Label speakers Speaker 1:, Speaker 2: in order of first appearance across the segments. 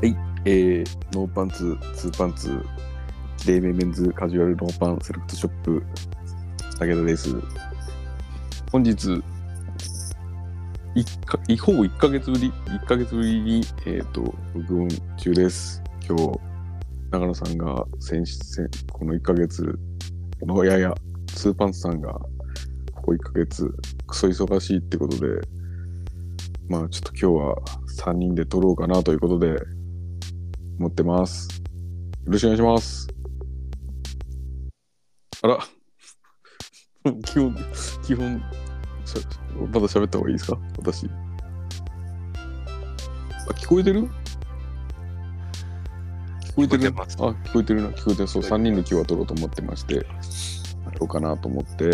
Speaker 1: はい、えー、ノーパンツ、ツーパンツ、レイメンメンズカジュアルノーパンセレクトショップ、武田です。本日、いかいほぼ1ヶ月ぶり、1ヶ月ぶりに、えっ、と、録音中です。今日、長野さんが先先、この1ヶ月のやや、ツーパンツさんが、ここ1ヶ月、クソ忙しいってことで、まあちょっと今日は3人で撮ろうかなということで、持ってます。よろしくお願いします。あら、 基本、基本、しゃまだ喋った方がいいですか私。あ、聞こえてる聞こえてる
Speaker 2: 聞こえてます
Speaker 1: あ、聞こえてるな、聞こえてる。そう、
Speaker 2: 聞
Speaker 1: 3
Speaker 2: こえて
Speaker 1: 人で
Speaker 2: ます
Speaker 1: 今日は撮ろうと思ってまして、やろうかなと思 って、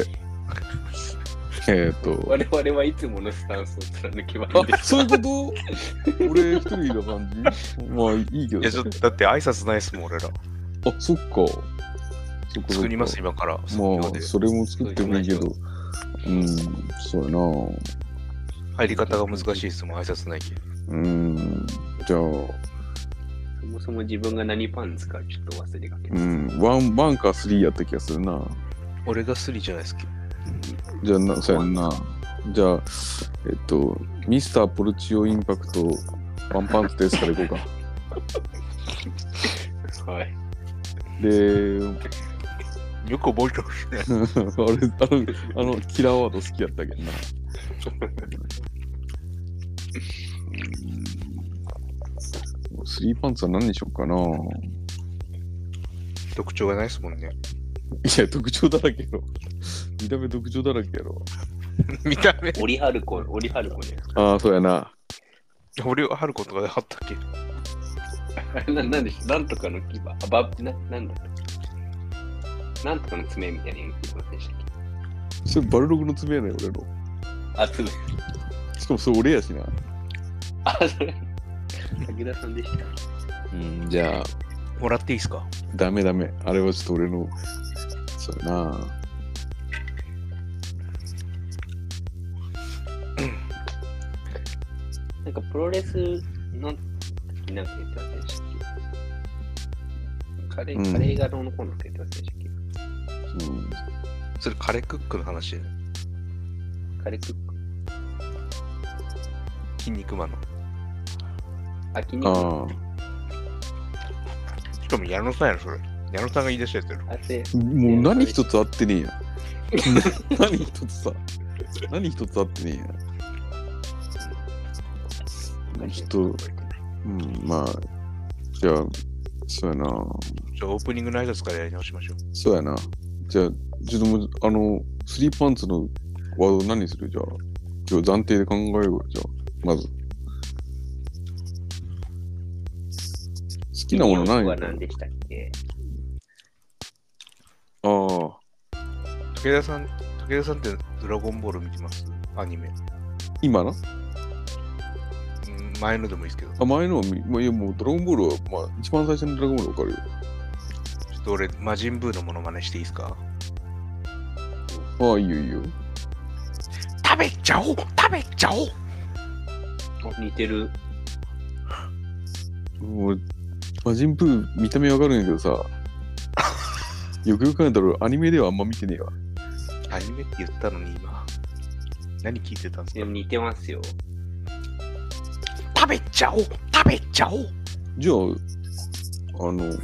Speaker 1: えーっと、
Speaker 2: 我々はいつものスタンスを貫けばいいんで
Speaker 1: あ、そういうこと俺一人な感じまあいいけ
Speaker 2: いや、ち
Speaker 1: ど
Speaker 2: ょっとだって挨拶ないですもん、俺ら。
Speaker 1: あ、そっか。そっか
Speaker 2: 作ります、
Speaker 1: そっ
Speaker 2: 今から。
Speaker 1: かまあ、それも作ってもいいけど。うん、そうやな。
Speaker 2: 入り方が難しいですもん、挨拶ないけ。
Speaker 1: うん、じゃあ、
Speaker 3: そもそも自分が何パンツかちょっと忘れかけ
Speaker 1: う
Speaker 3: た。
Speaker 1: ん、ワン、ワンかスリーやった気がするな。
Speaker 2: 俺がスリじゃないですか。
Speaker 1: じゃあな、そうやんな。じゃあ、えっと、ミスターポルチオインパクト、ワンパンツですからいこうか。
Speaker 3: はい。
Speaker 1: で、
Speaker 2: よく覚えてますね。
Speaker 1: あれ、あの、あのキラーワード好きやったけどな。うんスリーパンツは何にしようかな。い
Speaker 2: 特徴がないですもんね。
Speaker 1: や、特徴だらけやろ。見た目特徴だらけやろ。
Speaker 2: 見た目。
Speaker 3: オリハルコ、オリハルコね。
Speaker 1: ああ、そうやな。
Speaker 2: 俺は春子とかであったっけ
Speaker 3: あ れななんでしょなんとかの牙。あ、ば、な、なんだったっけなんとかの爪みたいな牙でしたっけ
Speaker 1: それバルログの爪やねん、俺の。
Speaker 3: あ、爪。
Speaker 1: しかもそれ俺やしな。
Speaker 3: あ、それ。武田さんでした。
Speaker 1: うん、じゃあ、
Speaker 2: もらっていいですか
Speaker 1: ダメダメ。あれはちょっと俺の、そうやな。
Speaker 3: なんかプロレスの、なんか言ってませんでしたっけカレ
Speaker 1: うん
Speaker 3: ー、カレーがどうのこうのって言ってませんでしたっけ、
Speaker 1: うん、
Speaker 2: それカレークックの話、
Speaker 3: カレークック。
Speaker 2: 筋肉マンの。
Speaker 3: あ、筋肉
Speaker 1: ああ。
Speaker 2: しかも矢野さんやろ、それ。矢野さんが言い出したやつやろ。
Speaker 3: あ、せ、
Speaker 1: もう何一つ合ってねえ や。何一つさ。何一つ合ってねえや。ちょっと、うん、まあ、じゃあ、そうやな。
Speaker 2: じゃあオープニングの挨拶からやり直しましょう。
Speaker 1: そうやな。じゃあ、ちょっともう、あの、スリーパンツのワード何するじゃあ、今日暫定で考えようよじゃあ、まず。好きなものな
Speaker 3: 筋肉
Speaker 1: い
Speaker 3: は
Speaker 1: あ
Speaker 3: 何でしたっけ
Speaker 1: あー、
Speaker 2: 武田さん、武田さんってドラゴンボール見てますアニメ。
Speaker 1: 今な
Speaker 2: うん前のでもいいですけど。
Speaker 1: あ、前のは見、まあ、いやもうドラゴンボールは、まあ、一番最初のドラゴンボールわかるよ。
Speaker 2: ちょっと俺、魔人ブーのモノマネしていいですか
Speaker 1: ああ、いいよいいよ。
Speaker 2: 食べちゃおう食べちゃおう
Speaker 3: 似てる。
Speaker 1: もう、魔人ブー見た目わかるんやけどさ、よくよく考えたらアニメではあんま見てねえわ。
Speaker 2: アニメって言ったのに今。何聞いてたんです
Speaker 3: で
Speaker 2: か
Speaker 3: も似てますよ。
Speaker 2: 食べちゃおう食べちゃおう
Speaker 1: じゃあ、あの、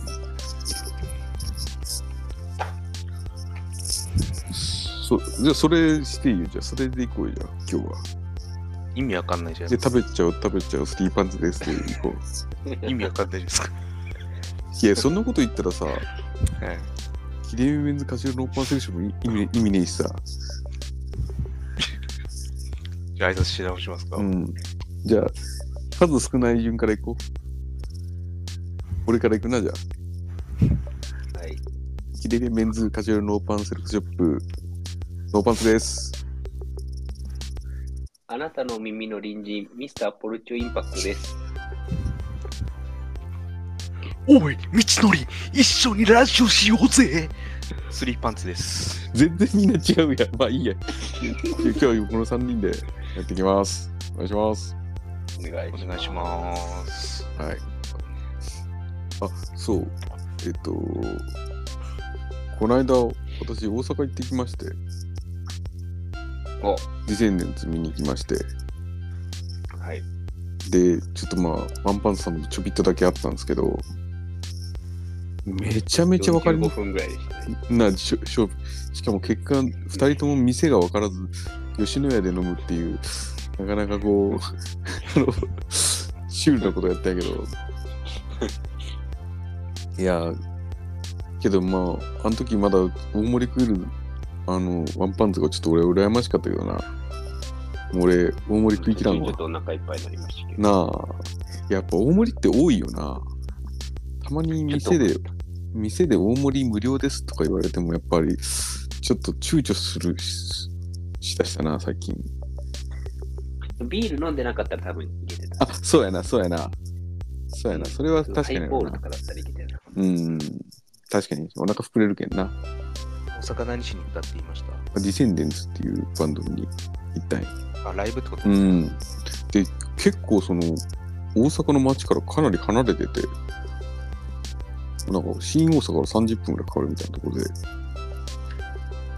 Speaker 1: そじゃあそれしていいよ。じゃあそれでいこうよ、じゃあ今日は。
Speaker 2: 意味わかんないじゃない
Speaker 1: で、
Speaker 2: です
Speaker 1: 食べちゃう、食べちゃう、スリーパンツですっていこう。
Speaker 2: か。意味わかんないですか。
Speaker 1: いや、そんなこと言ったらさ、
Speaker 2: はい
Speaker 1: キレイメンズカシュローパンセレクションも意味意味ねえしさ。
Speaker 2: じゃあ挨拶し直しますか。
Speaker 1: うん。じゃあ、数少ない順からいこう。俺からいくな、じゃあ。
Speaker 3: はい。
Speaker 1: キレレメンズカジュアルノーパンセレクトショップ、ノーパンツです。
Speaker 3: あなたの耳の隣人、ミスターポルチョインパクトです。
Speaker 2: おい、道のり、一緒にラジオしようぜスリーパンツです。
Speaker 1: 全然みんな違うやん。まあいいや。今日はこの3人でやっていきます。お願いします。
Speaker 3: お願
Speaker 2: お願いします。
Speaker 1: はい。そう。えっと、この間、私、大阪行ってきまして、
Speaker 3: お
Speaker 1: 2000年積みに行きまして、
Speaker 3: はい。
Speaker 1: で、ちょっとまあ、ワンパンツさんもちょびっとだけあったんですけど、めちゃめちゃわかり
Speaker 3: 5
Speaker 1: にく
Speaker 3: 分ぐらいでしたね。
Speaker 1: いなしょしょしかも結果、2人とも店がわからず、吉野家で飲むっていう、なかなかこう、あの、シュールなことやったんやけど、いや、けどまあ、あの時まだ大盛り食える、あの、ワンパンツがちょっと俺、羨ましかったけどな。もう俺、大盛り食い切らん
Speaker 3: ちょ
Speaker 1: わ
Speaker 3: っ。とお腹いっぱいになりましたけど。
Speaker 1: なあやっぱ大盛りって多いよなたまに店で店で大盛り無料ですとか言われてもやっぱりちょっと躊躇するししだしたな最近
Speaker 3: ビール飲んでなかったら多分いけてた。
Speaker 1: あそうやなそうやなそうやなそれは確かに
Speaker 3: ハ
Speaker 1: や
Speaker 3: イボール
Speaker 1: な
Speaker 3: とかだったらいけてた。
Speaker 1: うん確かにお腹膨れるけんな
Speaker 2: 大阪何しに行ったって言いまし
Speaker 1: ディセンデンツっていうバンドに行ったんや
Speaker 2: たあライブってこと
Speaker 1: う
Speaker 2: ですか、
Speaker 1: んで結構その大阪の街からかなり離れててなんか新大阪から30分ぐらいかかるみたいなところ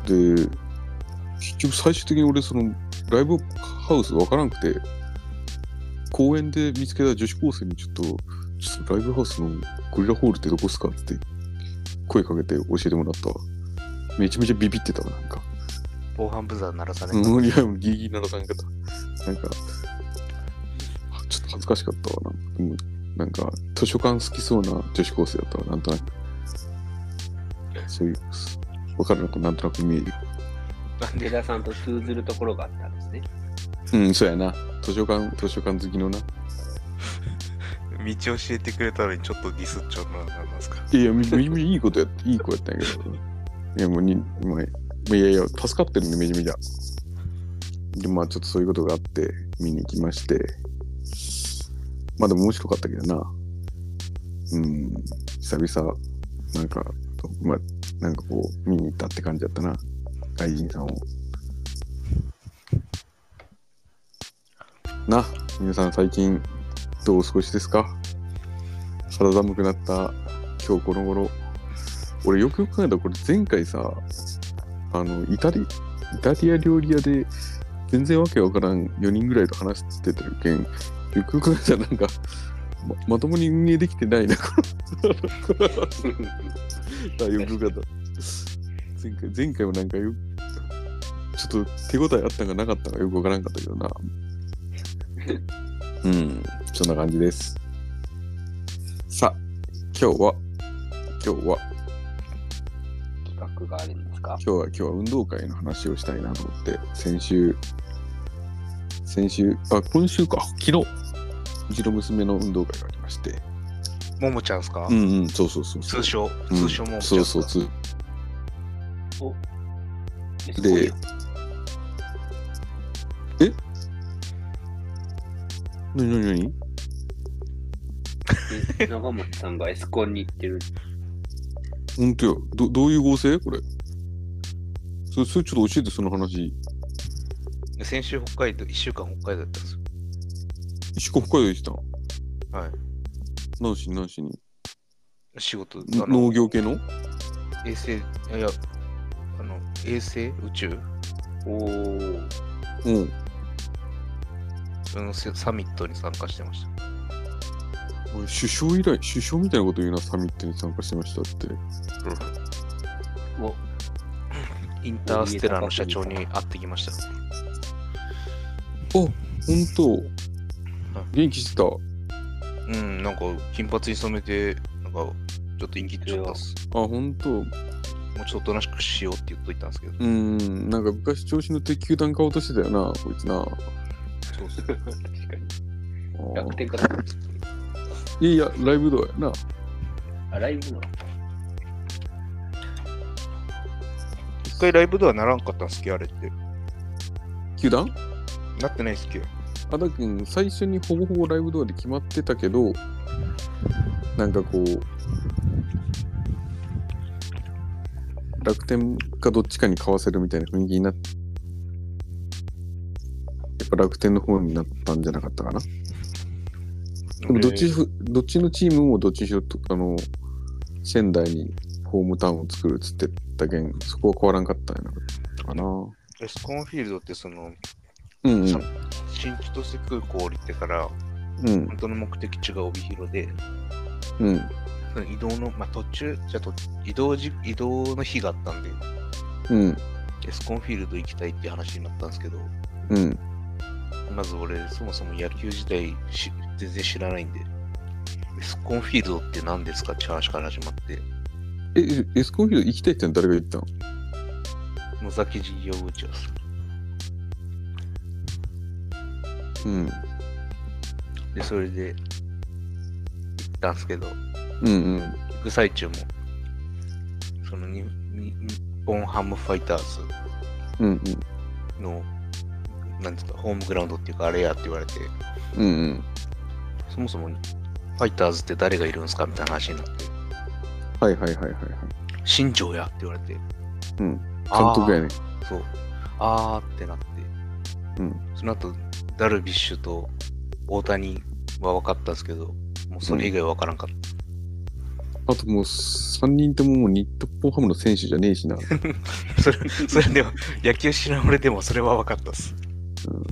Speaker 1: でで結局最終的に俺そのライブハウスわからなくて公園で見つけた女子高生にちょっと「ちょっとライブハウスのゴリラホールってどこっすか?」って声かけて教えてもらったわめちゃめちゃビビってたわなんか
Speaker 2: 防犯ブザー鳴らされた、
Speaker 1: うん、いや、ギリギリならさん方。なんか、ちょっと恥ずかしかったわ。なんか、うんなんか図書館好きそうな女子高生だったわ、なんとなく。そういう、わからなく、なんとなく見える。
Speaker 2: なん
Speaker 3: 池
Speaker 2: で
Speaker 3: 田さんと通ずるところがあったんですね。
Speaker 1: うん、そうやな。図書館、図書館好きのな。
Speaker 2: 道教えてくれたのにちょっとディスっちゃうのは何なんですか
Speaker 1: いやいや、み、み、みいいことやって、いい子やったんやけど。いや、もうに、まあ、いやいや、助かってるんで、めちゃめちゃ。で、まあ、ちょっとそういうことがあって、見に行きまして。まあ、でも面白かったけどな。うん、久々、なんか、まあ、なんかこう、見に行ったって感じだったな。外人さんを。な、皆さん最近、どうお過ごしですか肌寒くなった今日この頃俺よくよく考えたらこれ前回さあのイタリイタリア料理屋で全然わけわからん4人ぐらいと話しててるけんよくよく考えたらなんかままともに運営できてないなこのこのあよくよく考えた前回前回もなんかよちょっと手応えあったかなかったかよくわからんかったけどなうんそんな感じですさあ今日は今日は
Speaker 3: 企画があるんですか
Speaker 1: 今日は今日は運動会の話をしたいなと思って先週先週あ今週か昨日うちの娘の運動会がありまして
Speaker 2: ももちゃんですか、
Speaker 1: うんうんそうそうそうそう
Speaker 2: 通称
Speaker 1: うん
Speaker 2: 通称ももちゃん
Speaker 1: そ
Speaker 2: っ
Speaker 1: う
Speaker 2: す
Speaker 1: そ
Speaker 2: か
Speaker 1: うつ
Speaker 3: で
Speaker 1: で、えなになになに
Speaker 3: で長松さんがエスコンに行ってる。
Speaker 1: ほんとやどどういう合成これそれそれちょっと教えてその話
Speaker 2: 先週北海道1週間北海道だったんですよ
Speaker 1: 四国北海道行ってた
Speaker 2: はい
Speaker 1: 何しに何しに
Speaker 2: 仕事あの
Speaker 1: 農業系の
Speaker 2: 衛星いやいやあの衛星宇宙
Speaker 3: おー、
Speaker 1: うん
Speaker 2: そのせサミットに参加してました
Speaker 1: 俺首相以来首相みたいなこと言うなサミットに参加してましたって
Speaker 3: お
Speaker 2: インターステラーの社長に会ってきました
Speaker 1: 本当元気してた
Speaker 2: うんなんか金髪に染めてなんかちょっと陰気っちゃったっす
Speaker 1: あ本当う
Speaker 2: もうちょっとおとなしくしようって言っといたんですけど
Speaker 1: ーんなんか昔調子のって球団買おうとしてたよなこいつな
Speaker 2: そうっす
Speaker 3: 確かに。
Speaker 1: あー
Speaker 3: 逆転かと思った
Speaker 1: いやいやライブどうやな
Speaker 3: あ、ライブの。
Speaker 2: 一回ライブではならんかったんすけどあれって
Speaker 1: 球団
Speaker 2: なってないっすけど
Speaker 1: あだくん最初にほぼほぼライブドアで決まってたけどなんかこう楽天かどっちかに買わせるみたいな雰囲気になってやっぱ楽天の方になったんじゃなかったかなでもどっちふ、どっちのチームもどっちにしろと、あの、仙台にホームタウンを作るっつってたけん、そこは変わらんかったんやな。かな。う
Speaker 2: エスコンフィールドってその、
Speaker 1: んうん。
Speaker 2: 新千歳空港降りてから、
Speaker 1: うん
Speaker 2: 本当の目的地が帯広で、
Speaker 1: うん。
Speaker 2: その移動の、まあ、途中、じゃあと移動じ、移動の日があったんで、
Speaker 1: うん。
Speaker 2: エスコンフィールド行きたいっていう話になったんですけど、
Speaker 1: うん。
Speaker 2: まず俺、そもそも野球自体し全然知らないんで、エスコンフィールドって何ですかって話から始まって、
Speaker 1: え、エスコンフィールド行きたいっての誰が言ったの
Speaker 2: 野崎事業部長です。
Speaker 1: うん。
Speaker 2: で、それで、行ったんですけど、
Speaker 1: うん
Speaker 2: 行く最中も、そのにに日本ハムファイターズ
Speaker 1: うん。うん
Speaker 2: の、なんですか、ホームグラウンドっていうか、あれやって言われて、
Speaker 1: うん。うんうん。
Speaker 2: そもそもファイターズって誰がいるんですかみたいな話になって、
Speaker 1: はいはいはいはい。はい
Speaker 2: 新庄やって言われて、
Speaker 1: うん、監督やね。
Speaker 2: そう。あーってなって。
Speaker 1: うん
Speaker 2: その後、ダルビッシュと大谷は分かったんですけど、もうそれ以外は分からんかっ
Speaker 1: あともう3人とももう日本ハムの選手じゃねえし な。
Speaker 2: た。それ、 それでも、野球知らん俺でもそれは分かったっす。
Speaker 1: うん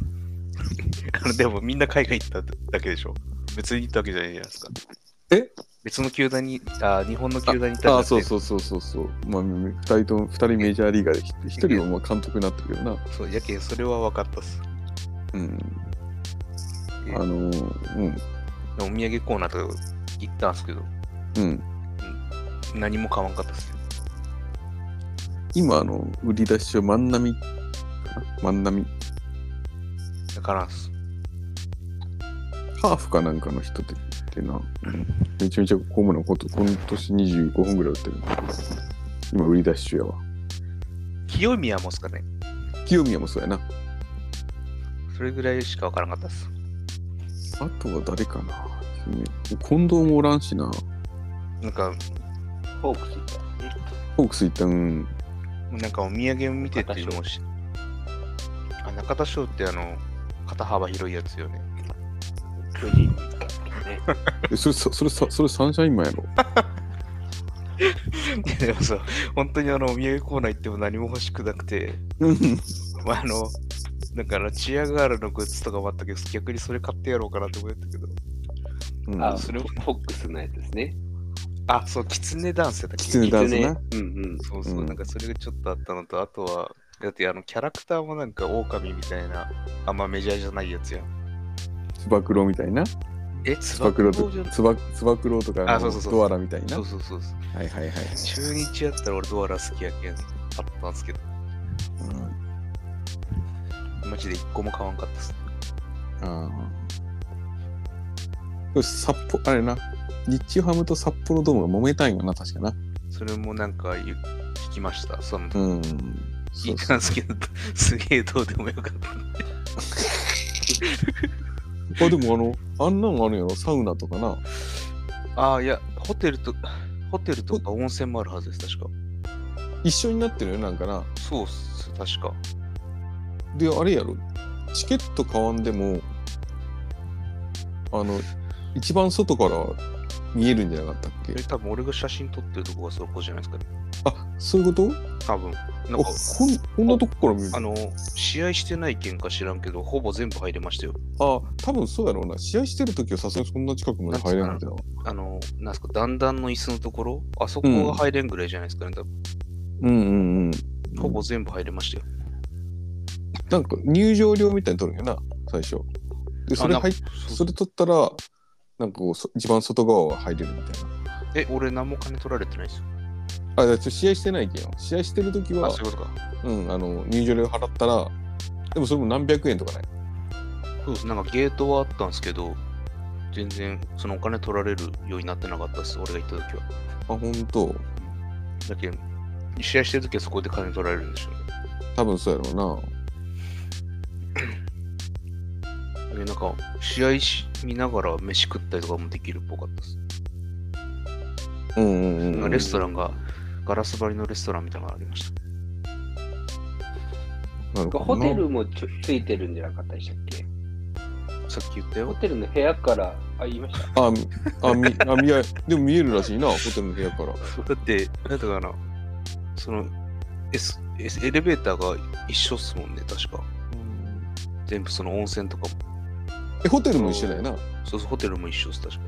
Speaker 2: あのでもみんな海外行っただけでしょ。別に行ったわけじゃないじゃないですか。
Speaker 1: え
Speaker 2: 別の球団に、あー日本の球団に行った
Speaker 1: ああ、そう
Speaker 2: う
Speaker 1: そうそうそうそう。まあ、2人とも、二人メジャーリーガーで、ひ一人はまあ監督になってるけどな。
Speaker 2: そう。やけんそれは分かったっす。
Speaker 1: うん。
Speaker 2: で
Speaker 1: あのー、うん。
Speaker 2: お土産コーナーとか行ったんですけど、
Speaker 1: うん。
Speaker 2: 何も買わんかったっす。
Speaker 1: 今、あの、売り出しは万波かな万波。
Speaker 2: だからんっす。
Speaker 1: ハーフかなんかの人で、ってな。うんめちゃめちゃホームラン、こと今年25本ぐらい打ってる。今、売り出しやわ。
Speaker 2: 清宮もっすかね。
Speaker 1: 清宮もそうやな。
Speaker 2: それぐらいしか分からなかったです。
Speaker 1: あとは誰かな近藤もおらんしな。
Speaker 2: なんか、
Speaker 3: ホークス行ったらね。
Speaker 1: ホークス行ったん。
Speaker 2: なんかお土産を見てて
Speaker 3: 中田翔
Speaker 2: もうし、あ中田翔ってあの、肩幅広いやつよね。
Speaker 3: 巨人に行ったらね。
Speaker 1: えそれ、そそれ、そそれサンシャインマンやろ。
Speaker 2: いやでも そう、本当にあの、お土産コーナー行っても何も欲しくなくて、まあ、あの、だからチアガールのグッズとかもあったけど、逆にそれ買ってやろうかなと思ったけど、
Speaker 1: うん
Speaker 3: あ、それもホックスのやつですね。
Speaker 2: あ、そう、キツネダンスやったっけ
Speaker 1: キツネダンスね
Speaker 3: 狐うんうん。
Speaker 2: そうそう、
Speaker 1: うん
Speaker 2: なんかそれがちょっとあったのと、あとは、だってあの、キャラクターもなんか狼みたいな、あんまメジャーじゃないやつやん。
Speaker 1: つば九郎みたいな。つ
Speaker 2: え、つ
Speaker 1: ば
Speaker 2: ば
Speaker 1: 九
Speaker 2: 九
Speaker 1: 郎
Speaker 2: 郎
Speaker 1: と
Speaker 2: じゃな、
Speaker 1: つば、つば九郎とか
Speaker 2: あそうそう
Speaker 1: の
Speaker 2: そう
Speaker 1: ドアラみたいな。
Speaker 2: そ
Speaker 1: は
Speaker 2: うそうそうそう。
Speaker 1: いはいはい。
Speaker 2: 中日やったら俺ドアラ好きやけんあったんですけど、
Speaker 1: うん
Speaker 2: マジで一個も買わんかったっす。
Speaker 1: あーよし札幌、あれな。日ハムと札幌ドームが揉めたいよな、確かな。
Speaker 2: それもなんか言う聞きました。その、
Speaker 1: うん。そ
Speaker 2: 聞いうた
Speaker 1: そ
Speaker 2: ん
Speaker 1: う
Speaker 2: ですけど、 すげえどうでもよかった。
Speaker 1: あ、でもあの、あんなんあるやろ、サウナとかな。
Speaker 2: ああ、いや、ホテルと、ホテルとか温泉もあるはずです、確か。
Speaker 1: 一緒になってるよ、なんかな。
Speaker 2: そうっす、確か。
Speaker 1: であれやろチケット買わんでもあの一番外から見えるんじゃなかったっ
Speaker 2: え
Speaker 1: け
Speaker 2: 多分俺が写真撮ってるとこがそこじゃないですかね。
Speaker 1: あそういうこと
Speaker 2: 多分。な
Speaker 1: あ
Speaker 2: んか、
Speaker 1: こんこんなとこから見える
Speaker 2: あ
Speaker 1: あ
Speaker 2: の、試合してない件か知らんけど、ほぼ全部入れましたよ。
Speaker 1: 多分そうやろうな試合してる時はさすがにそんな近くまで入れないけど
Speaker 2: あの、なんすか、段々の椅子のところ、あそこが入れんぐらいじゃないですかね。多分
Speaker 1: うんうんうん
Speaker 2: ほぼ全部入れましたよ。
Speaker 1: なんか入場料みたいに取るんやな最初でそれ
Speaker 2: あなん
Speaker 1: 入
Speaker 2: か
Speaker 1: っ
Speaker 2: そう
Speaker 1: それ取ったらなんかこうそ一番外側は入れるみたいな
Speaker 2: え、俺何も金取られてないですよ。
Speaker 1: あだから試合してないけんよ試合してる時
Speaker 2: あ、
Speaker 1: は
Speaker 2: そういうことか。
Speaker 1: うんあの入場料払ったらでもそれも何百円とかない
Speaker 2: そうです。なんかゲートはあったんですけど、全然そのお金取られるようになってなかったです。俺が行った時は。
Speaker 1: あ本当
Speaker 2: だけど試合してる時はそこで金取られるんでしょうね。
Speaker 1: 多分そうやろ
Speaker 2: え、なんか、試合し見ながら飯食ったりとかもできるっぽかったです。
Speaker 1: うな。うんうん
Speaker 2: なん
Speaker 1: う
Speaker 2: か
Speaker 1: ん。
Speaker 2: レストランが、ガラス張りのレストランみたいなのがありました。
Speaker 1: なるほどな
Speaker 3: ホテルもちょついてるんじゃなかったでしたっけ
Speaker 2: さっき言った
Speaker 3: ホ
Speaker 2: よ。
Speaker 3: テルの部屋から、あ、言いました。
Speaker 1: あ、みあ、み、あ、見え、でも見えるらしいな、ホテルの部屋から。
Speaker 2: だって、なんだかな、その、S、S エレベーターが一緒っすもんね、確か。全部その温泉とかも。
Speaker 1: え、ホテルも一緒だよな。うん。
Speaker 2: そうそう、ホテルも一緒っす、確か。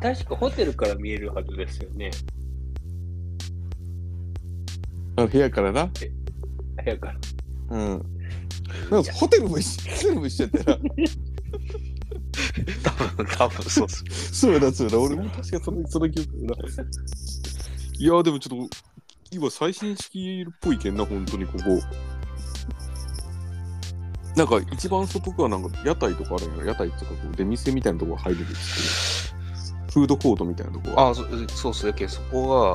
Speaker 3: 確かホテルから見えるはずですよね。
Speaker 1: あ部屋からな。
Speaker 3: 部屋から。
Speaker 1: うん。なんかホテルも一緒、ホテルも一緒やったら。
Speaker 2: 多分、多分そうっす。
Speaker 1: そうだ、そうだ。俺も確かその、その記憶だな。いや、でもちょっと、今最新式っぽいけんな、本当にここ。なんか一番外側なんか屋台とかあるんやろ屋台っていうかこう出店みたいなとこ入れるっていうフードコートみたいなとこ
Speaker 2: ああ、そそうっす。だけどそこが、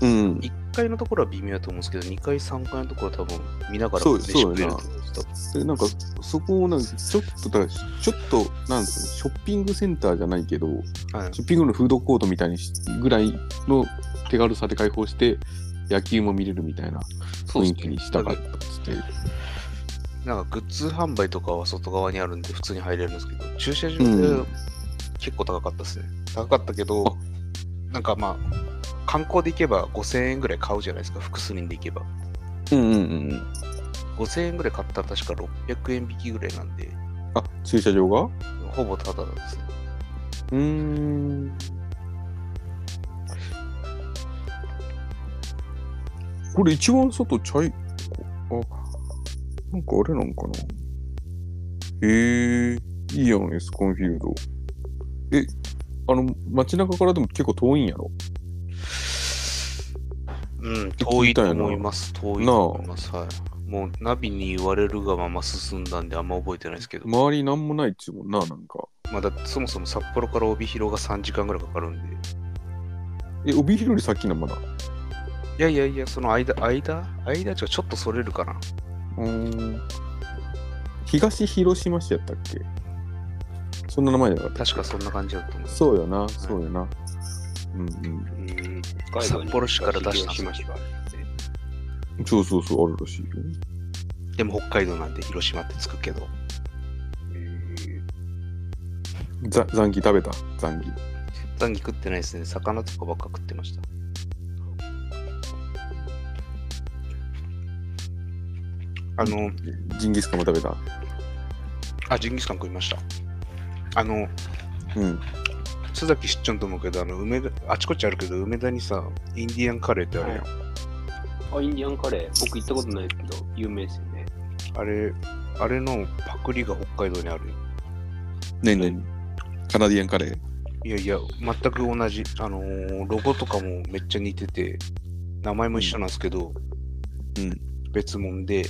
Speaker 1: うん
Speaker 2: 1階のところは微妙だと思うんですけど、2階、3階のところは多分見ながら
Speaker 1: そう
Speaker 2: 飯
Speaker 1: そう
Speaker 2: 食え
Speaker 1: や
Speaker 2: る
Speaker 1: な
Speaker 2: と思うんです多分
Speaker 1: でなんかそこをなんかちょっとだからちょっとなんですかねショッピングセンターじゃないけど
Speaker 2: はい
Speaker 1: ショッピングのフードコートみたいにしぐらいの手軽さで開放して野球も見れるみたいな雰囲気にしたかったっつって
Speaker 2: なんかグッズ販売とかは外側にあるんで普通に入れるんですけど、駐車場
Speaker 1: う
Speaker 2: で
Speaker 1: ん
Speaker 2: 結構高かったですね。高かったけど、なんかまあ、観光で行けば5000円ぐらい買うじゃないですか、複数人で行けば。
Speaker 1: うんうんうん
Speaker 2: 5000円ぐらい買ったら確か600円引きぐらいなんで、
Speaker 1: あ駐車場がう
Speaker 2: ほぼタダなんですね。
Speaker 1: ーんこれ一番外ちゃいあなんかあれなんかなへえいいやんエスコンフィールドえあの街中からでも結構遠いんやろ
Speaker 2: うん、遠いと思います。遠いと思います。はい。もうナビに言われるがまま進んだんであんま覚えてないですけど、ま
Speaker 1: 周りなんもないっちゅうもんななんか
Speaker 2: あだってそもそも札幌から帯広が3時間ぐらいかかるんで、
Speaker 1: え帯広より先なまだ
Speaker 2: いやいやいや、その間、間間違うちょっとそれるかな。
Speaker 1: うん東広島市やったっけそんな名前じゃなかった
Speaker 2: 確かそんな感じだと思う。
Speaker 1: そうよな、そうよな。うん
Speaker 3: うん。
Speaker 2: 札幌市から出した
Speaker 3: しました。
Speaker 1: うん。そうそうそう、あるらしいよ。
Speaker 2: でも北海道なんで広島ってつくけど、
Speaker 1: ざ残機食べた残機。
Speaker 2: 残儀食ってないですね。魚とかばっか食ってました。あの、
Speaker 1: ジンギスカンも食べた。
Speaker 2: あ、ジンギスカン食いました。あの、
Speaker 1: うん。
Speaker 2: 須崎知っちゃんと思うけど、あの、梅田、あちこちあるけど、梅田にさ、インディアンカレーってあるやん。
Speaker 3: あ、インディアンカレー。僕行ったことないですけど、有名ですよね。
Speaker 2: あれ、あれのパクリが北海道にある。
Speaker 1: ねにカナディアンカレー。
Speaker 2: いやいや、全く同じ。あのーロゴとかもめっちゃ似てて、名前も一緒なんですけど、
Speaker 1: うん。
Speaker 2: 別物で、
Speaker 1: え、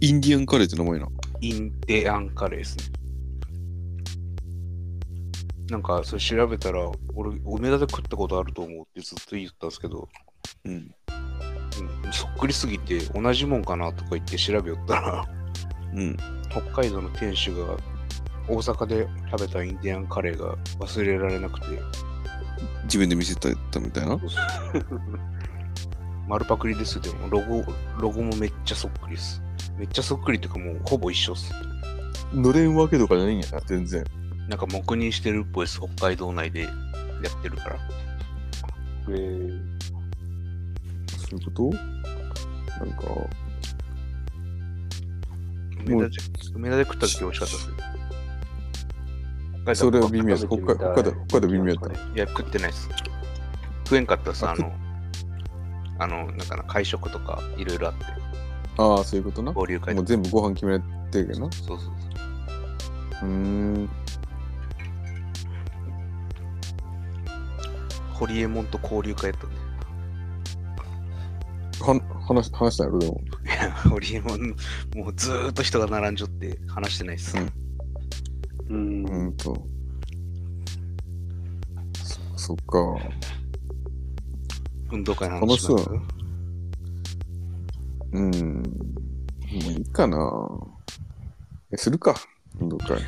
Speaker 1: インディアンカレーって名前な。
Speaker 2: インディアンカレーですね。なんか、それ調べたら、俺、梅田で食ったことあると思うってずっと言ったんですけど、
Speaker 1: うん。
Speaker 2: うんそっくりすぎて、同じもんかなとか言って調べよったら、
Speaker 1: うん。
Speaker 2: 北海道の店主が、大阪で食べたインディアンカレーが忘れられなくて、
Speaker 1: 自分で見せたたみたいな。
Speaker 2: 丸パクリですよ、でも、ロゴ、ロゴもめっちゃそっくりっす。めっちゃそっくりっていうか、もうほぼ一緒っす。
Speaker 1: のれんわけとかじゃないんやな、全然。
Speaker 2: なんか黙認してるっぽいです、北海道内でやってるから。
Speaker 3: えー、
Speaker 1: そういうことなんか、
Speaker 2: 梅田で梅田で食った時美味しかったですよ。北海道
Speaker 1: それは微妙です。
Speaker 3: 食
Speaker 1: 北海
Speaker 3: べてみ
Speaker 1: 北
Speaker 3: たい
Speaker 1: 海道、北海道微妙やった。
Speaker 2: いや、食ってないです。食えんかったです、
Speaker 1: あ
Speaker 2: あの、あの、なんかな、会食とかいろいろあって、
Speaker 1: ああ、そういうことな。も
Speaker 2: 交流会と
Speaker 1: う
Speaker 2: か。
Speaker 1: 全部ご飯決めてるけどな。
Speaker 2: そうそう
Speaker 1: うー
Speaker 2: そう
Speaker 1: ん。
Speaker 2: ホリエモンと交流会やったんで。
Speaker 1: は話話したんやろ、でも。
Speaker 2: いや ホリエモン、もうずーっと人が並んじゃって話してないです。
Speaker 1: うん
Speaker 3: うん。
Speaker 1: うんと。そそっか。
Speaker 2: 運動会の
Speaker 1: 楽
Speaker 2: 話
Speaker 1: しそう
Speaker 2: なんで
Speaker 1: うん。
Speaker 2: す
Speaker 1: もういいかな。え、するか。運動会。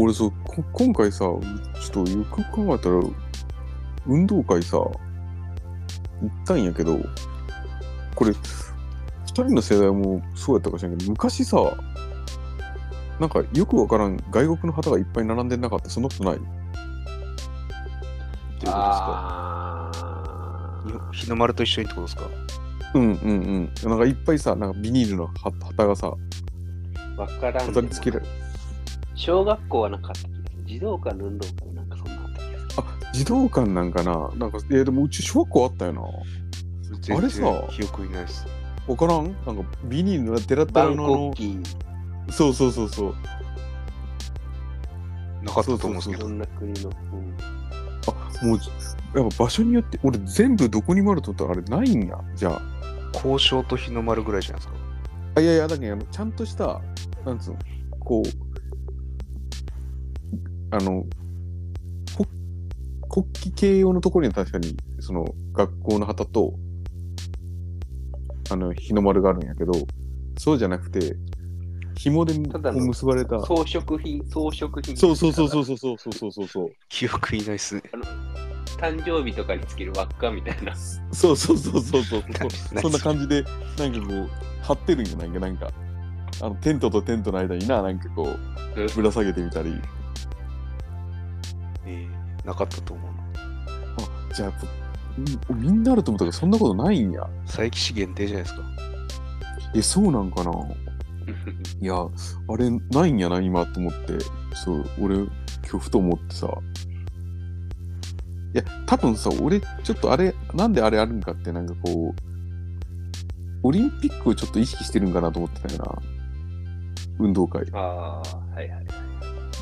Speaker 1: 俺そう、こ今回さ、ちょっとよく考えたら、運動会さ、行ったんやけど、これ、人の世代はもうそうやったかしらんけど、昔さ、なんかよくわからん外国の旗がいっぱい並んでなかった、そんなことない。
Speaker 2: っていうことですか
Speaker 3: あ
Speaker 2: 日本日の丸と一緒にってことですか
Speaker 1: うんうんうん。なんかいっぱいさ、なんかビニールのは旗がさ、
Speaker 3: あ。わからん。
Speaker 1: 飾り付けられ
Speaker 3: 小学校はなかった気がする。児童館の運動会もなんかそんなあった気がする。
Speaker 1: あ、児童館なんかな。なんか、えーでもうち小学校あったよな。あれさ
Speaker 2: 全然記憶にないです。
Speaker 1: わからんなんかビニールのデラデ
Speaker 3: バ
Speaker 1: ラ
Speaker 3: ン
Speaker 1: の
Speaker 3: コッキー、
Speaker 1: あのそうそうそうそう。
Speaker 2: なかったと思うんですけ
Speaker 3: い
Speaker 2: ど
Speaker 3: ろ。んな国の。うん
Speaker 1: もう、やっぱ場所によって、俺全部どこにもあると思ったらあれないんや、じゃあ。
Speaker 2: 交渉と日の丸ぐらいじゃないですか。
Speaker 1: あいやいや、だけどあの、ちゃんとした、なんつうの、こう、あの、こ国旗形容のところには確かに、その、学校の旗と、あの、日の丸があるんやけど、そうじゃなくて、紐で
Speaker 3: た
Speaker 1: こ
Speaker 3: だの
Speaker 1: う結ばれた。
Speaker 3: 装飾品、装飾品。
Speaker 1: そうそうそうそうそうそうそうそうそう。
Speaker 2: 記憶にないですね。
Speaker 3: 誕生日とかにつける輪っかみた いな。
Speaker 1: そうそうそうそう そう
Speaker 2: 何何
Speaker 1: そんな感じでなんかこう張ってるんよなんかなんかあのテントとテントの間にななんかこ
Speaker 3: うん
Speaker 1: うぶら下げてみたり
Speaker 2: えーなかったと思うな。
Speaker 1: あじゃあやっぱうんみんなあると思ったけどそんなことないんや
Speaker 2: 佐伯市限定じゃないですか。
Speaker 1: えそうなんかないやあれないんやな今と思ってそう俺今日ふと思ってさいや多分さ俺ちょっとあれなんであれあるんかってなんかこうオリンピックをちょっと意識してるんかなと思ってたよな運動会
Speaker 3: ああ、はいはい。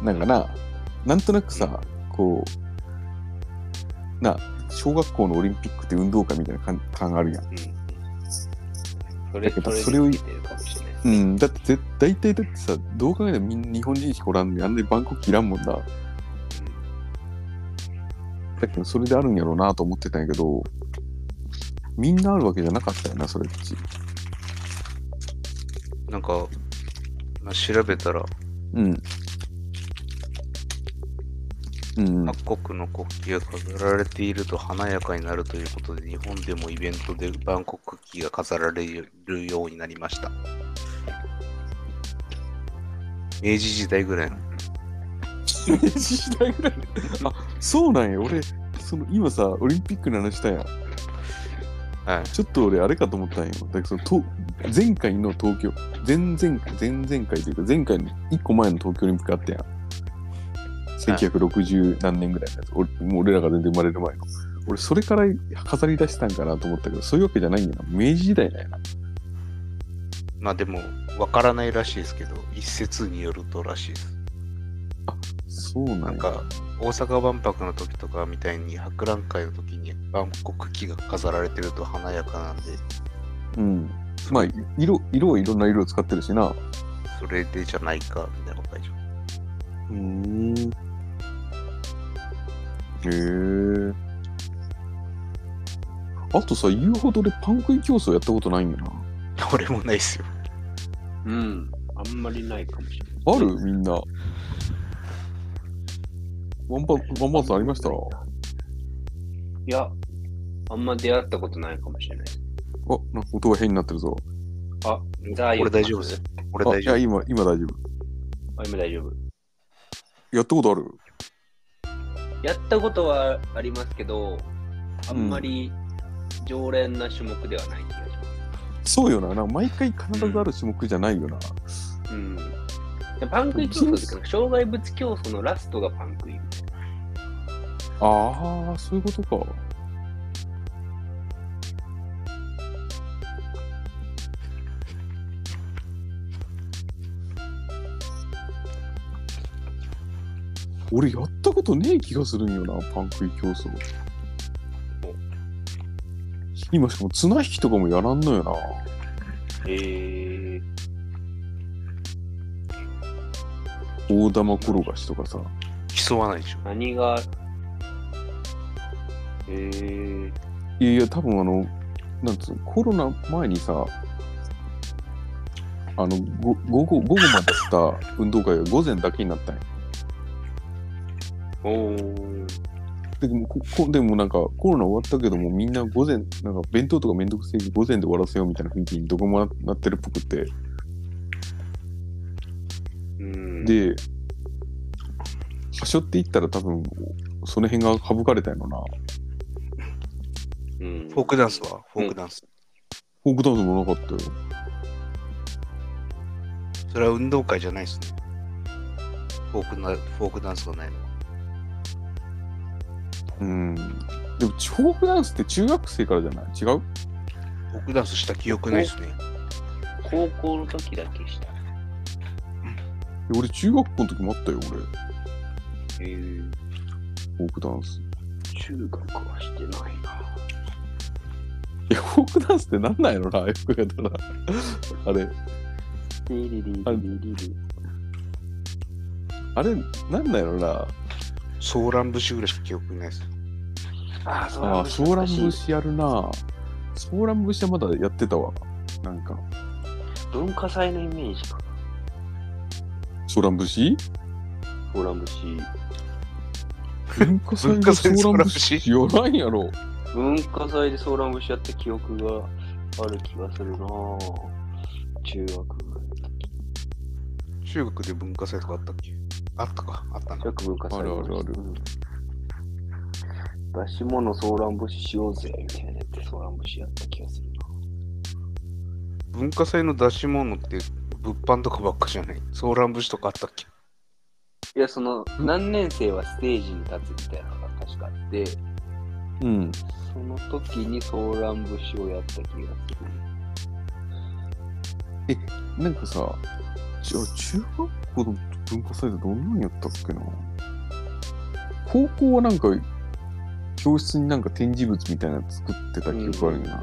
Speaker 1: なんかな、なんとなくさ、こう、な、小学校のオリンピックって運動会みたいな感感があるやん。
Speaker 3: それ
Speaker 1: だけど
Speaker 3: それについてるかもしれないです
Speaker 1: う
Speaker 3: ね。
Speaker 1: ん、だって絶、大体だってさ、どう考えてもみん日本人しかおらんねんあんなにバンコクいらんもんな。だけど、それであるんやろうなと思ってたんやけど、みんなあるわけじゃなかったよな、それっち。
Speaker 2: なんか、まあ、調べたら、
Speaker 1: うん。 うん、
Speaker 2: 各国の国旗が飾られていると華やかになるということで、日本でもイベントでバンコク旗が飾られるようになりました。明治時代ぐらいの。
Speaker 1: 明治時代ぐらいであそうなんや俺その今さオリンピックの話したやん
Speaker 2: はい。
Speaker 1: ちょっと俺あれかと思ったんよ。だけどそのと前回の東京、前々前々回というか前回の1個前の東京オリンピックあったやん。1960何年ぐらいのやつ。俺もう俺らが全然生まれる前の。俺それから飾り出したんかなと思ったけど、そういうわけじゃないんやな。明治時代なんやな。
Speaker 2: まあでも、わからないらしいですけど、一説によるとらしいです。
Speaker 1: そうなんや
Speaker 2: なんか、大阪万博の時とかみたいに博覧会の時に万国旗が飾られてると華やかなんで、
Speaker 1: うん。まあ、色、色はいろんな色を使ってるしな。
Speaker 2: それでじゃないかみたいなことでしょ。
Speaker 1: うーん。へえ。あとさ、言うほどでパン食い競争やったことないんやな。
Speaker 2: 俺もないっすよ。
Speaker 3: うん。あんまりないかもしれない。
Speaker 1: あるみんな。ワンパワンパンツありましたあ、
Speaker 3: いや、あんま出会ったことないかもしれない。
Speaker 1: なんか音が変になってるぞ。
Speaker 3: あ、ザー
Speaker 2: 俺大丈夫です。。俺
Speaker 1: あ、
Speaker 2: 大
Speaker 1: い
Speaker 2: 丈
Speaker 1: や、
Speaker 2: 夫。
Speaker 1: 今、今大丈夫。
Speaker 3: あ、今大丈夫。
Speaker 1: やったことある
Speaker 3: やったことはありますけど、あんまり常連な種目ではない気がし
Speaker 1: そうよな。なんか毎回必ずある種目じゃないよな。
Speaker 3: ます。うん。でパン食い競争っていうか、障害物競争のラストがパン食いみたいな。
Speaker 1: ああ、そういうことか。俺やったことねえ気がするんよな、パン食い競争。今しかも綱引きとかもやらんのよな。
Speaker 3: え
Speaker 1: 大玉転がしとかさ。
Speaker 2: 競わないでしょ。
Speaker 3: 何が、えー、
Speaker 1: いやいや、多分あの、なんつうの、コロナ前にさ、あの、ご午後、午後までした運動会が午前だけになったんや。
Speaker 3: おー、
Speaker 1: でもここでもなんかコロナ終わったけどもみんな午前なんか弁当とかめんどくせえし午前で終わらせようみたいな雰囲気にどこもななってるっぽくて
Speaker 3: うん。
Speaker 1: で端折っていったら多分その辺が省かれたんやろな
Speaker 3: うん、
Speaker 2: フォークダンスはフォークダンス。
Speaker 1: フォークダンスもなかったよ
Speaker 2: それは運動会じゃないですね。フォークなフォークダンスがないのは。
Speaker 1: うんでもフォークダンスって中学生からじゃない違う
Speaker 2: フォークダンスした記憶ないですね。
Speaker 3: 高校の時だけした。
Speaker 1: え俺中学校の時もあったよ俺
Speaker 3: えー、
Speaker 1: フォークダンス
Speaker 3: 中学はしてないな。
Speaker 1: いやフォークダンスってなんなんやろなよくやったらあれ
Speaker 3: リリリリリリリ。
Speaker 1: あれなんなんやろな
Speaker 2: ソーラン節ぐらいしか記憶にないです。
Speaker 3: あー、そう
Speaker 1: ああ、ソーラン節やるな。ソーラン節はまだやってたわ。なんか。
Speaker 3: 文化祭のイメージか。
Speaker 1: ソーラン節
Speaker 3: ソーラン節。
Speaker 1: 文化祭
Speaker 2: 文
Speaker 1: で
Speaker 2: 化
Speaker 1: ソ
Speaker 2: 祭
Speaker 1: ーラン節やらんやろ。
Speaker 3: 文化祭でソーラン節やった記憶がある気がするなぁ中学。
Speaker 2: 中学で文化祭とかあったっけあったか、あったな
Speaker 3: 中。学文化祭。
Speaker 1: あるあるある
Speaker 3: うん出し物ソーラン節しようぜ、みたいなやってソーラン節やった気がするな
Speaker 2: 文化祭の出し物って物販とかばっかじゃない。ソーラン節とかあったっけ
Speaker 3: いや、その、何年生はステージに立つみたいなのが確かあって、
Speaker 1: うん。
Speaker 3: その時にソーラン節をやった気がする。
Speaker 1: なんかさ、じゃあ中学校の文化祭でどんなんやったっけな。高校はなんか、教室になんか展示物みたいなの作ってた記憶あるよな。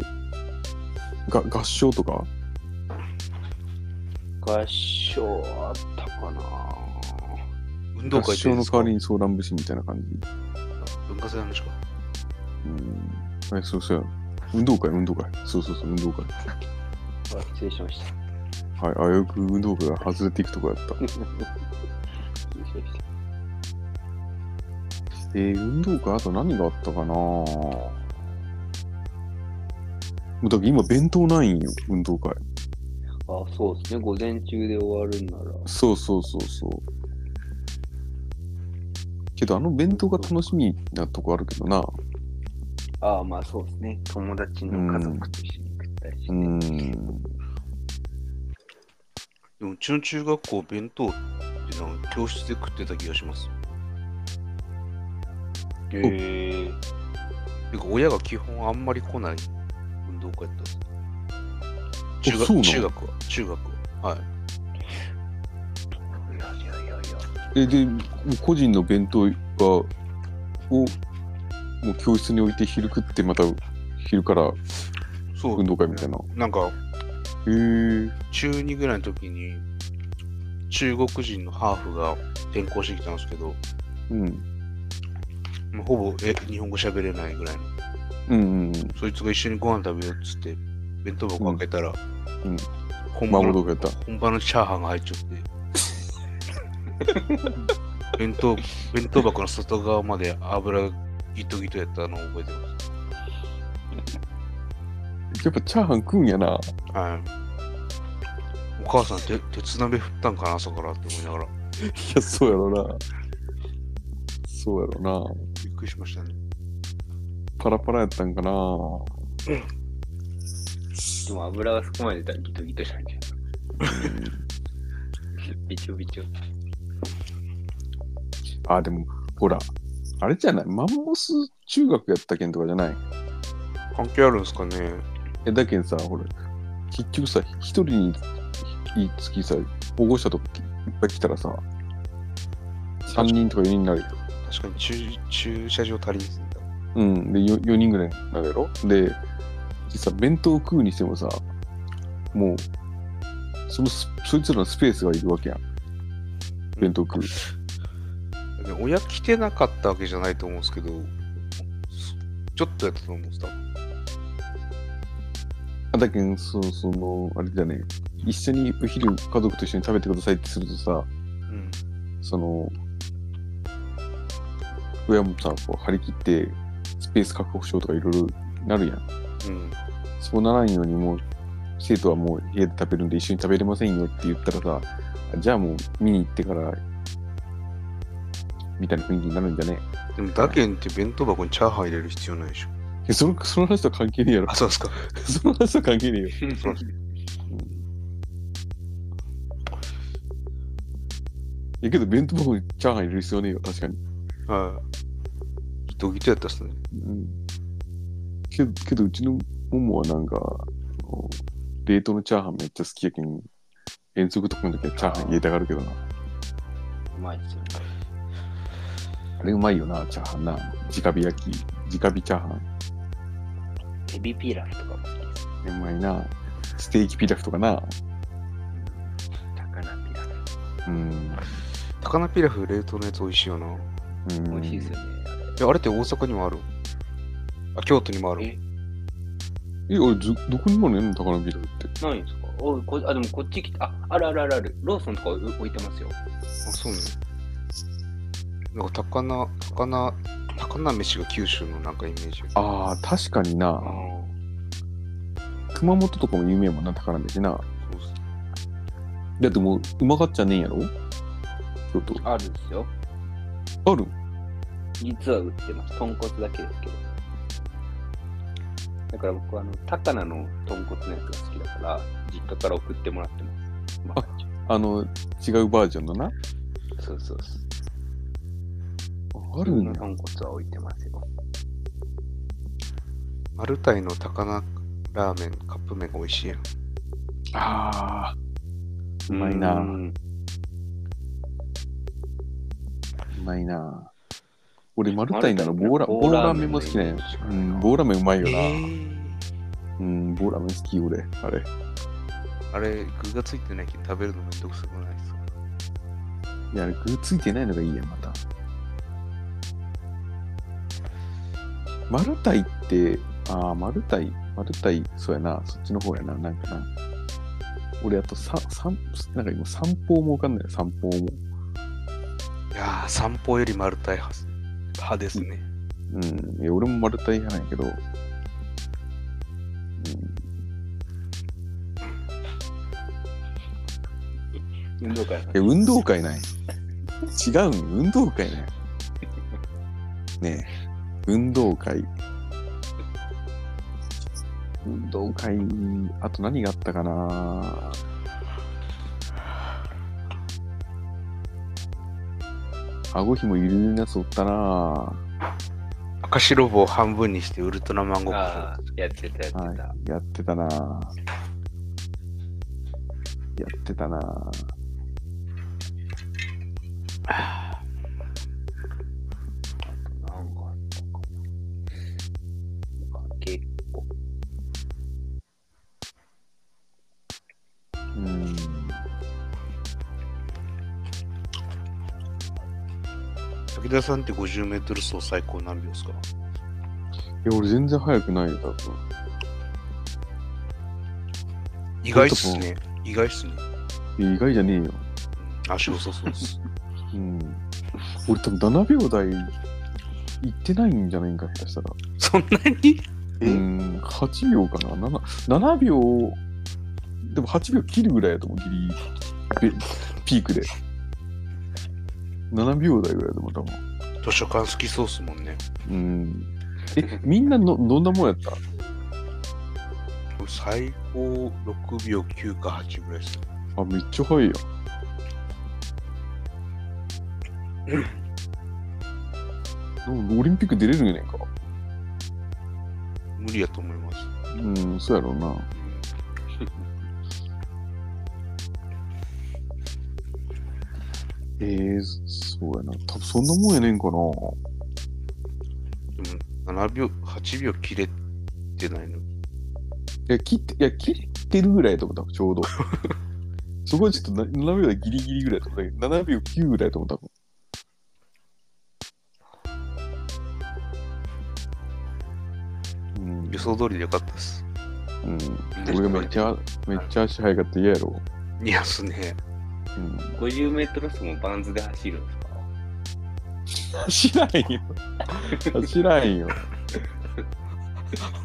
Speaker 1: へが合唱とか
Speaker 3: 合唱あったかなぁ
Speaker 2: 運動
Speaker 1: 合
Speaker 2: 会って
Speaker 1: 唱
Speaker 2: や
Speaker 1: の
Speaker 2: つですか
Speaker 1: 代わりにソーラン節みたいな感じ。
Speaker 2: 文化祭の話か。
Speaker 1: うん。え、そうそう。運動会、運動会。そうそうそう、運動会。
Speaker 3: あ失礼しました。
Speaker 1: はい、あよく運動部が外れていくとこやった。
Speaker 3: 失礼しました。
Speaker 1: えー、運動会あと何があったかなもうだから今弁当ないんよ、運動会。
Speaker 3: あ、そうですね。午前中で終わるんなら。
Speaker 1: そうそうそうそう。けどあの弁当が楽しみなとこあるけどな。
Speaker 3: ああ、まあそうですね。友達の家族と一緒に食ったりし
Speaker 1: う
Speaker 3: て。
Speaker 1: ん。
Speaker 2: でもうちの中学校弁当ってなんか教室で食ってた気がします。
Speaker 3: へえ
Speaker 2: てか親が基本あんまり来ない運動会だったんです。中
Speaker 1: そうなの
Speaker 2: 学中学は中学は。はい。
Speaker 3: いやいやいやいや。
Speaker 1: え、で、もう個人の弁当が、を、もう教室に置いて昼食ってまた昼から
Speaker 2: そう。
Speaker 1: 運動会みたいな。
Speaker 2: なんか
Speaker 1: へえ。
Speaker 2: 中2ぐらいの時に中国人のハーフが転校してきたんですけど、
Speaker 1: うん。
Speaker 2: まあほぼえ日本語喋れないぐらいの。
Speaker 1: うんうん
Speaker 2: そいつが一緒にご飯食べようっつって弁当箱開けた
Speaker 1: う
Speaker 2: ら、
Speaker 1: んうんう
Speaker 2: 本
Speaker 1: ん。麻
Speaker 2: 場
Speaker 1: 婆
Speaker 2: の
Speaker 1: 豆腐やった。
Speaker 2: 本場のチャーハンが入っちゃ って。弁当弁当箱の外側まで油ギトギトやったのを覚えてます。
Speaker 1: やっぱチャーハン食うんやな。
Speaker 2: はい。お母さん、て鉄鍋振ったんかな、朝からって思いながら。
Speaker 1: いや、そうやろな。そうやろな。
Speaker 2: びっくりしましたね。
Speaker 1: パラパラやったんかな。
Speaker 3: でも油がそこまで出たらギトギトしたんじゃん。びちょびちょ。
Speaker 1: あ、でも、ほら、あれじゃない、マンモス中学やったけんとかじゃない。
Speaker 2: 関係あるんですかね。
Speaker 1: え、だけんさ、ほら、結局さ、一人ににつきさ、保護者とかいっぱい来たらさ、3人とか4人になるよ。
Speaker 2: 確かに駐駐車場足りずんだ。
Speaker 1: うん、で 4, 人ぐらいになるやろで実は弁当を食うにしてもさもうそのスそいつらのスペースがいるわけやん弁当食う、
Speaker 2: で親来てなかったわけじゃないと思うんですけど、ちょっとやったと思うんです、多分。
Speaker 1: ああだけん、そう、その、あれじゃね、一緒にお昼、家族と一緒に食べてくださいってするとさ、
Speaker 2: うん。
Speaker 1: その、親もさ、こう張り切って、スペース確保しようとかいろいろなるやん。
Speaker 2: うん。
Speaker 1: そうならんように、もう、生徒はもう家で食べるんで一緒に食べれませんよって言ったらさ、あじゃあもう見に行ってから、みたいな雰囲気になるんじゃね
Speaker 2: でも、ダケンって弁当箱にチャーハン入れる必要ないでしょ。
Speaker 1: えその、その話とは関係ねえやろ
Speaker 2: あ、。そうですか。
Speaker 1: その話とは関係ねえよ。
Speaker 2: そうです
Speaker 1: いやけど弁当箱にチャーハン入れる必要ねえよ、確かに。
Speaker 2: はい。ギトギトやったっすね。
Speaker 1: うん。けど、けどうちのももはなんか、あの冷凍のチャーハンめっちゃ好きやけん、遠足とかの時はチャーハン入れたがるけどな。
Speaker 3: うまいですよ。
Speaker 1: あれうまいよな、チャーハンな。直火焼き、直火チャーハン。
Speaker 3: エビピーラフとかも好きです。
Speaker 1: うまいな。ステーキピラフとかな。
Speaker 3: 高菜ピラフ。
Speaker 1: うん。
Speaker 2: 高菜ピラフ冷凍のやつ美味しいよな。
Speaker 1: うん、
Speaker 3: 美味しいです
Speaker 1: よ。
Speaker 3: よね。
Speaker 2: え、あれって大阪にもあるあ、京都にもある
Speaker 3: え
Speaker 1: え、俺ず、どこにもねんの高菜ピラフって。
Speaker 3: ないんですかおこあ、でもこっち来て、あ、あるあるあるある。ローソンとか置いてますよ。
Speaker 2: あ、そうね。なんか高菜、高菜、高菜飯が九州のなんかイメージ。
Speaker 1: ああ、確かにな
Speaker 2: あ。
Speaker 1: 熊本とかも有名やもんな、高菜飯な。
Speaker 2: そうっす
Speaker 1: だってもう、うまかっちゃねえんやろ京都。
Speaker 3: あるんですよ。
Speaker 1: ある
Speaker 3: 実は売ってます。豚骨だけですけど。だから僕はあの、高菜の豚骨のやつが好きだから、実家から送ってもらってます。まあ、
Speaker 1: あの、違うバージョンのな。
Speaker 3: そうそうそう。
Speaker 1: ある
Speaker 3: 自
Speaker 1: ん
Speaker 3: 分
Speaker 1: や
Speaker 3: の。豚骨は置いてますよ。
Speaker 2: マルタイの高菜ラーメン、カップ麺が美味しいやん。
Speaker 1: ああ、うまいな。
Speaker 3: う
Speaker 1: うんまいな。俺、マルタイなら
Speaker 3: マルタイ
Speaker 1: ボーラ
Speaker 3: 棒
Speaker 1: ボーラ
Speaker 3: ラー
Speaker 1: ー
Speaker 3: メ
Speaker 1: メ
Speaker 3: ン
Speaker 1: ン
Speaker 3: も
Speaker 1: も
Speaker 3: い
Speaker 1: 好
Speaker 3: い
Speaker 1: きなんよ
Speaker 3: しか
Speaker 1: う、
Speaker 3: ないなん
Speaker 1: ボーラーメンうまいよな。
Speaker 2: ー
Speaker 1: うん、ボーラーメン好き、俺。あれ。
Speaker 2: あれ、具がついてないけど食べるのめんどくさくないっすか
Speaker 1: いや、あれ、具ついてないのがいいやん、また。マルタイって、ああ、マルタイ、マルタイ、そうやな、そっちの方やな、なんかな。俺、あと、さ、さん、なんか今、散歩もわかんないよ、散歩も。
Speaker 2: いやー、散歩よりマルタイ派っす派ですね。
Speaker 1: うん、いや俺もマルタイ派なんやけど、うん、
Speaker 3: 運動会の話
Speaker 1: え、運動会ない。違うんよ、運動会ない。ねえ、運動会。運動会、あと何があったかな顎ひもゆるゆるなやつおったな
Speaker 2: 赤白棒を半分にしてウルトラマンごっこ
Speaker 3: ああ、やってたやってた。
Speaker 1: はい、やってたなやってたな
Speaker 3: なんかあったかな。なんか結構。
Speaker 1: うん。
Speaker 2: 武田さんって50メートル走最高何秒ですか
Speaker 1: いや、俺全然速くないよ、多分。
Speaker 2: 意外っすね。意外っすね。
Speaker 1: いや意外じゃねえよ。
Speaker 2: 足遅そうっす。
Speaker 1: うん。俺多分7秒台いってないんじゃないんか、下手したら。
Speaker 2: そんなにえ
Speaker 1: うん、8秒かな。7, 7秒、でも8秒切るぐらいやと思う、ギリ。でピークで。7秒台ぐらいだと思う、多分。
Speaker 2: 図書館好きそうっすもんね。
Speaker 1: うん。え、みんなのどんなもんやった
Speaker 2: 最高6秒9か8ぐらいっす。
Speaker 1: あ、めっちゃ早いやん。でもオリンピック出れるんやねんか。
Speaker 2: 無理やと思います。
Speaker 1: うん、そうやろうな。えー、そうやな。多分そんなもんやねんかな。
Speaker 2: でも7秒、8秒切れてないの。
Speaker 1: いや、切って、いや、切ってるぐらいやと思った、ち ょうど。そこはちょっとな7秒台ギリギリぐらいやと思ったけど、7秒9ぐらいやと思った。うん
Speaker 2: 予想通りでよかったっす。
Speaker 1: うん。俺めっちゃ、めっちゃ足速かった嫌やろ。
Speaker 2: いや、すね。
Speaker 1: うん。
Speaker 3: 50メートル走もバンズで走るんですか
Speaker 1: 走らんよ。走らんよ。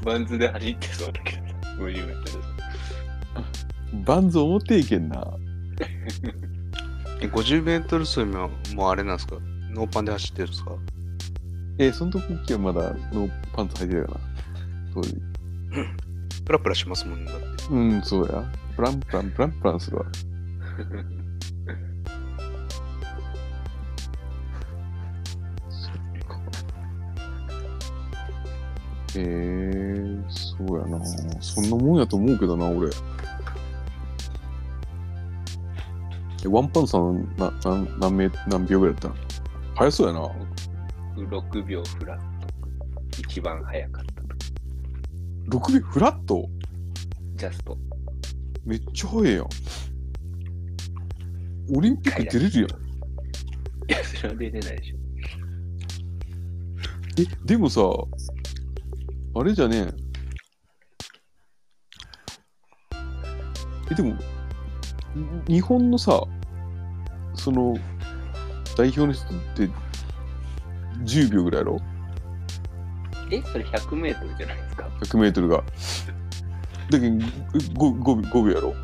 Speaker 3: バンズで走ってそうだけど、50メートル走。
Speaker 1: バンズ表いけんな。
Speaker 2: 50メートル走も、もうあれなんですかノーパンで走ってるんですか
Speaker 1: えその時はまだノーパンツ履いてるよな。当時。
Speaker 2: プラプラしますもんね。だって
Speaker 1: うん、そうや。プランプランプランプランするわ。 えー、そうやな。そんなもんやと思うけどな、俺。え、ワンパンさん、な、なん、何メ、何秒ぐらいだったの早そうやな。
Speaker 3: 6秒フラット。一番速かった時。
Speaker 1: 6秒フラット
Speaker 3: ジャスト。
Speaker 1: めっちゃ早いやん。オリンピック出れるやん。
Speaker 3: いや、それは出れないでしょ。
Speaker 1: え、でもさ、あれじゃねえ。え、でも、に日本のさ、その、代表の人って、10秒ぐらいやろ
Speaker 3: え、それ100メートルじゃないですか
Speaker 1: ?100 メートルが。だけど、5, 5秒やろ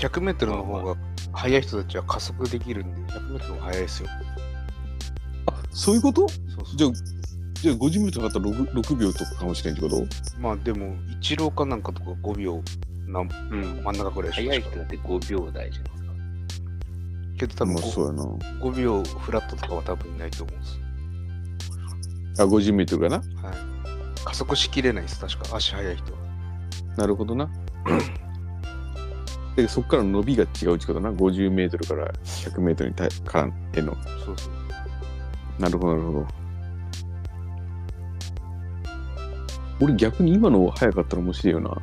Speaker 2: 100メートルの方が速い人たちは加速できるんで、100メートルも速いですよ。
Speaker 1: あ、そういうこと
Speaker 2: そうそう
Speaker 1: じゃあ、じゃあ50メートルだったら 6, 6秒とかかもしれんってこと
Speaker 2: まあでも、イチローかなんかとか5秒なん
Speaker 3: うん。
Speaker 2: 真ん中ぐらいでしょ
Speaker 3: 速い人だって5秒台じゃないですか。
Speaker 2: けど多分
Speaker 1: まあそう
Speaker 2: 5,
Speaker 1: やな。
Speaker 2: 5秒フラットとかは多分いないと思うんです。
Speaker 1: あ、50メートルかな
Speaker 2: はい。加速しきれないです、確か。足速い人は。
Speaker 1: なるほど な。でそこからの伸びが違うってことな。50メートルから100メートルに対からっての。
Speaker 2: そうそう。
Speaker 1: なるほど、なるほど。俺逆に今の早かったら面白いよな。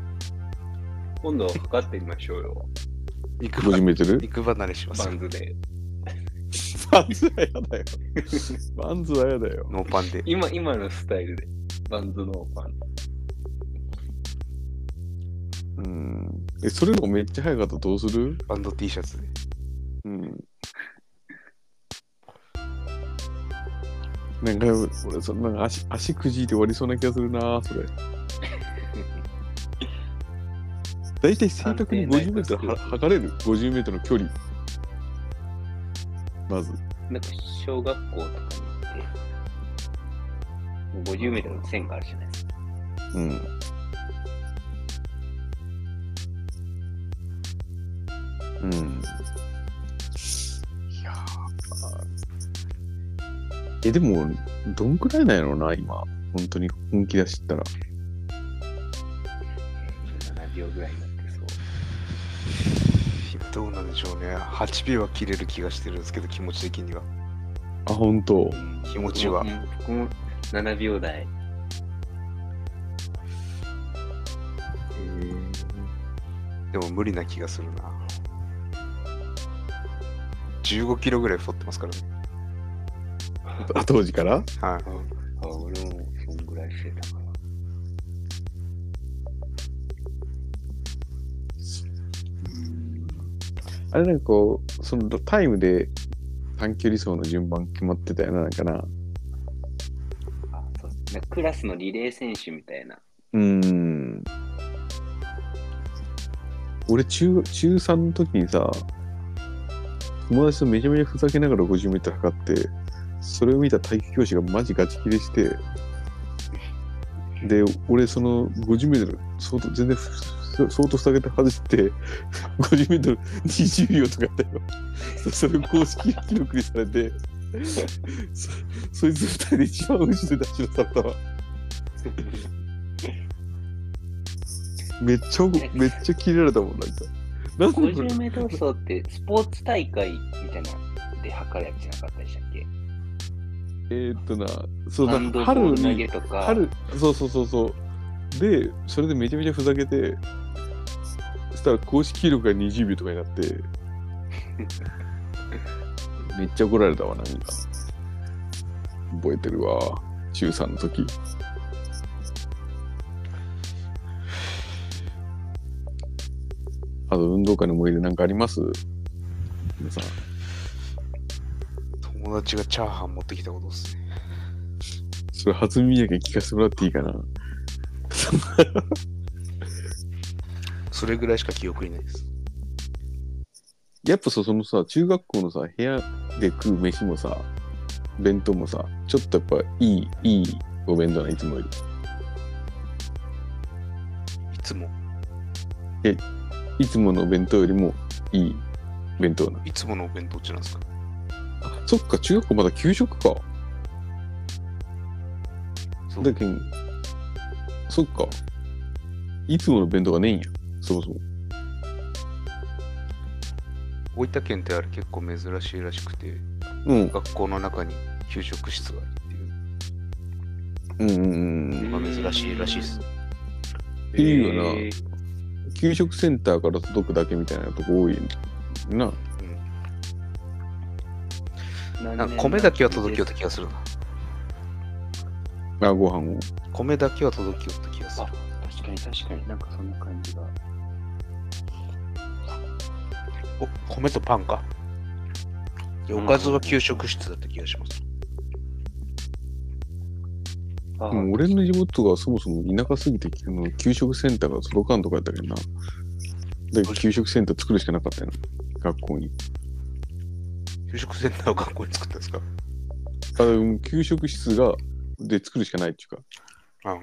Speaker 3: 今度測ってみましょうよ。
Speaker 2: 肉ば
Speaker 1: 50メート ル。
Speaker 2: 肉離れします
Speaker 3: バ。ンズで。
Speaker 1: バンズはやだよ。 バンズはやだよ。
Speaker 2: ノーパンで。
Speaker 3: 今、今のスタイルで。バンズのパン。
Speaker 1: うん。え、それのめっちゃ早かったらどうする
Speaker 2: バンド T シャツで。
Speaker 1: うん。なんか、俺、そんな足、足くじいて終わりそうな気がするな、それ。大体正確に50メートルは測れる50メートルの距離。まず。
Speaker 3: なんか小学校とかに行って、50メートルの線があるじゃないですか。
Speaker 1: うん。うん。いやーえ、でも、どんくらいなんやろうな、今。本当に本気出しったら。
Speaker 3: 7秒ぐらいになってそう。
Speaker 2: どうなんでしょうね。8秒は切れる気がしてるんですけど、気持ち的には。
Speaker 1: あ、本当。
Speaker 2: 気持ちは
Speaker 3: うん僕も7秒台。
Speaker 2: でも無理な気がするな。15キロぐらい太ってますからね。
Speaker 1: あ当時から
Speaker 2: はい。
Speaker 3: あ、俺もそんぐらいしてたかな。
Speaker 1: あれなんかこう、そのタイムで短距離走の順番決まってたよな、なんかな。
Speaker 3: あそうなんかクラスのリレー選手みたいな。
Speaker 1: うーん。俺中、中3の時にさ、友達とめちゃめちゃふざけながら 50m 測って、それを見た体育教師がマジガチ切れして、で、俺その 50m、相当、全然ふ、ふ相当ふざけて外して、50m20 秒とかだよ。そそれを公式記録にされて、そそいつ二人で一番後ろで出し出されたわ。めっちゃ怒、めっちゃ切れられたもん、なんか。なんでこれ
Speaker 3: 50メートル走ってスポーツ大会みたいなで測るやつじゃなかったでしたっけ
Speaker 1: えーっとな、そう
Speaker 3: ハ
Speaker 1: だ
Speaker 3: ンド、ボ
Speaker 1: 春
Speaker 3: ール投
Speaker 1: に、
Speaker 3: げとか。
Speaker 1: 春、そうそうそうそう。で、それでめちゃめちゃふざけて、そしたら公式記録が20秒とかにな って、めっちゃ怒られたわ、なんか。覚えてるわ、中3の時。あと、運動会の思い出なんかあります皆さん。
Speaker 2: 友達がチャーハン持ってきたことですね。
Speaker 1: それ、初耳やけん聞かせてもらっていいかな。
Speaker 2: それぐらいしか記憶にないです。
Speaker 1: やっぱさ、そのさ、中学校のさ、部屋で食う飯もさ、弁当もさ、ちょっとやっぱいい、いいお弁当ない、いつもより。
Speaker 2: いつも、
Speaker 1: いつものお弁当よりもいい弁当な。
Speaker 2: いつものお弁当っちなんですか
Speaker 1: あ、そっか、中学校まだ給食か。
Speaker 2: そう
Speaker 1: だけん、そっか。いつもの弁当がねえんや。そもそも。
Speaker 2: 大分県ってあれ結構珍しいらしくて、
Speaker 1: うん。
Speaker 2: 学校の中に給食室があるっていう
Speaker 1: うんうんうん。
Speaker 2: のが珍しいらしいです。
Speaker 1: いいよな給食センターから届くだけみたいなとこ多いな。
Speaker 3: な
Speaker 2: なんか米だけは届きよった気がするな。
Speaker 1: あ、ご飯を。
Speaker 2: 米だけは届きよった気がする。
Speaker 3: 確かに確かになんかそんな感じが。
Speaker 2: お米とパンか。でおかずは給食室だった気がします。
Speaker 3: あ
Speaker 1: でも俺の地元がそもそも田舎すぎて、あの給食センターが届かんとかやったけどな。だから給食センター作るしかなかったよな。学校に。
Speaker 2: 給食センターを学校に作ったんですか
Speaker 1: あ、でも給食室が、で作るしかないっていうか。
Speaker 2: あ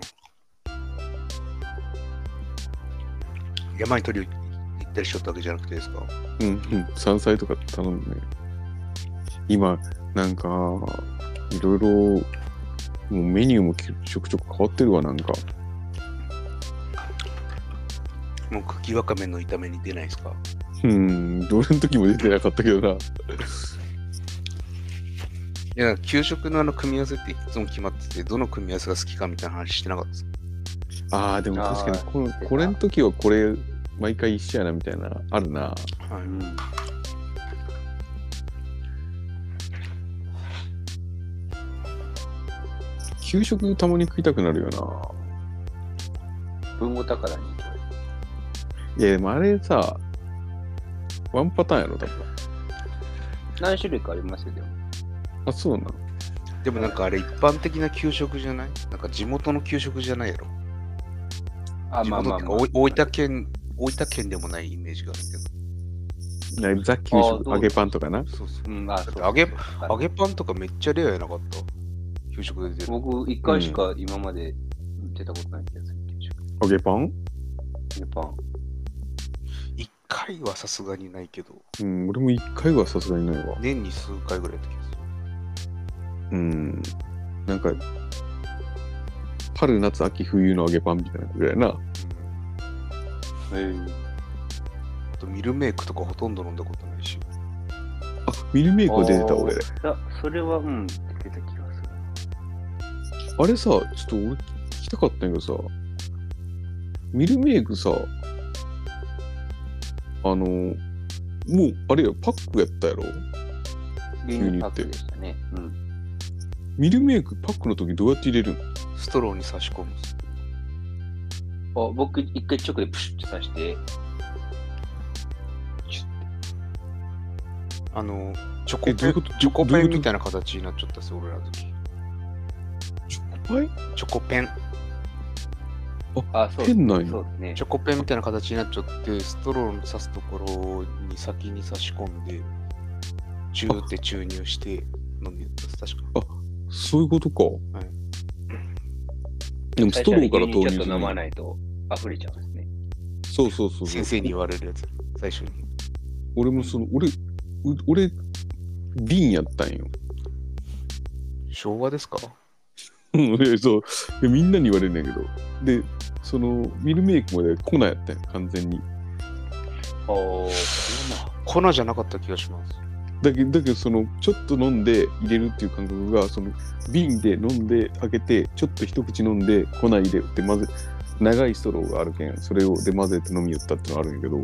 Speaker 2: 山に鳥を行ったりしとったわけじゃなくてですか
Speaker 1: うん、うん。山菜とか頼んでね。今、なんか、いろいろ、もうメニューもちょくちょく変わってるわ、なんか。
Speaker 2: もう茎わかめの炒めに出ないですか
Speaker 1: うん、どれの時も出てなかったけどな。
Speaker 2: いや、給食のあの組み合わせっていつも決まってて、どの組み合わせが好きかみたいな話してなかったです。
Speaker 1: ああ、でも確かに
Speaker 3: あー
Speaker 1: この、これの時はこれ、毎回一緒やなみたいな、あるな。
Speaker 2: はい
Speaker 3: うん。
Speaker 1: 給食たまに食いたくなるよ
Speaker 3: 文語宝に行きま
Speaker 1: な。いや、でもあれさ、ワンパターンやろ、多分。
Speaker 3: す何種類かありますよ、でも。
Speaker 1: あ、そうなん。
Speaker 2: でもなんかあれ一般的な給食じゃないなんか地元の給食じゃないやろ。
Speaker 3: あ、
Speaker 2: 地
Speaker 3: まあ
Speaker 2: 元
Speaker 3: ま
Speaker 2: っ
Speaker 3: あ、
Speaker 2: ていう
Speaker 3: ま
Speaker 2: か
Speaker 3: あ。
Speaker 2: おい大分県、大分県でもないイメージがあるけど。
Speaker 1: なザ・給
Speaker 3: あーどう
Speaker 1: 食、揚げパンとかな。
Speaker 2: そうそう。
Speaker 3: うん、あ、そう
Speaker 2: だって揚げ
Speaker 3: はい
Speaker 2: 揚げパンとかめっちゃレアやなかった。給食で出てる。
Speaker 3: 僕、一回しか今まで出たことない気がする。給食
Speaker 1: 揚げパン
Speaker 3: 揚げパン。
Speaker 2: 一回はさすがにないけど、
Speaker 1: うん、俺も一回はさすがにないわ。
Speaker 2: 年に数回ぐらいやった気がする。
Speaker 1: うん。なんか、春、夏、秋、冬の揚げパンみたいなぐらいな。
Speaker 2: うん
Speaker 3: え
Speaker 2: あとミルメイクとかほとんど飲んだことないし。
Speaker 1: あ、ミルメイクは出てた、俺。
Speaker 3: いや、それは、うん、出てた気がする。
Speaker 1: あれさ、ちょっと俺聞きたかったんやけどさ、ミルメイクさ、あの、もう、あれや、パックやったやろ
Speaker 3: 牛乳パックでしたね。うん。
Speaker 1: ミルメイクパックの時どうやって入れるの
Speaker 2: ストローに差し込むんです。
Speaker 3: あ僕、一回直でプシュッと刺して、
Speaker 2: あの、チョコ
Speaker 1: え、どう
Speaker 2: ペ
Speaker 1: いう
Speaker 2: ン
Speaker 1: こと
Speaker 2: チョコ
Speaker 1: どう
Speaker 2: ペ
Speaker 1: いう
Speaker 2: ン
Speaker 1: こと
Speaker 2: みたいな形になっちゃったんですよ、俺らの時。
Speaker 1: チョコパイ
Speaker 2: チョコペン。
Speaker 3: あ、そうです
Speaker 1: 変なん
Speaker 3: そ
Speaker 1: や。
Speaker 3: うですね
Speaker 2: チ。ョコペンみたいな形になっちゃって、ストローの刺すところに先に差し込んで、チューって注入して飲んでたんです確か。
Speaker 1: そういうことか。
Speaker 2: い
Speaker 1: でもストローから
Speaker 3: 最
Speaker 1: 投
Speaker 3: 初
Speaker 1: 入す
Speaker 3: に牛乳ちょっと飲ま
Speaker 1: る。
Speaker 3: ないと溢れちゃうんですね。
Speaker 1: そうそうそうそう。
Speaker 2: 先生に言われるやつ、最初に。
Speaker 1: 俺もその、俺、う俺、瓶やったんよ。
Speaker 2: 昭和ですか
Speaker 1: うん、でそうでみんなに言われるんだけどでそのミルメイクまで粉やったんや完全に
Speaker 3: ああ、そうな。
Speaker 2: 粉じゃなかった気がします。
Speaker 1: だけだけどそのちょっと飲んで入れるっていう感覚がその瓶で飲んで開けてちょっと一口飲んで粉入れて混ぜ長いストローがあるけんそれをで混ぜて飲みよったってのがあるんやけどい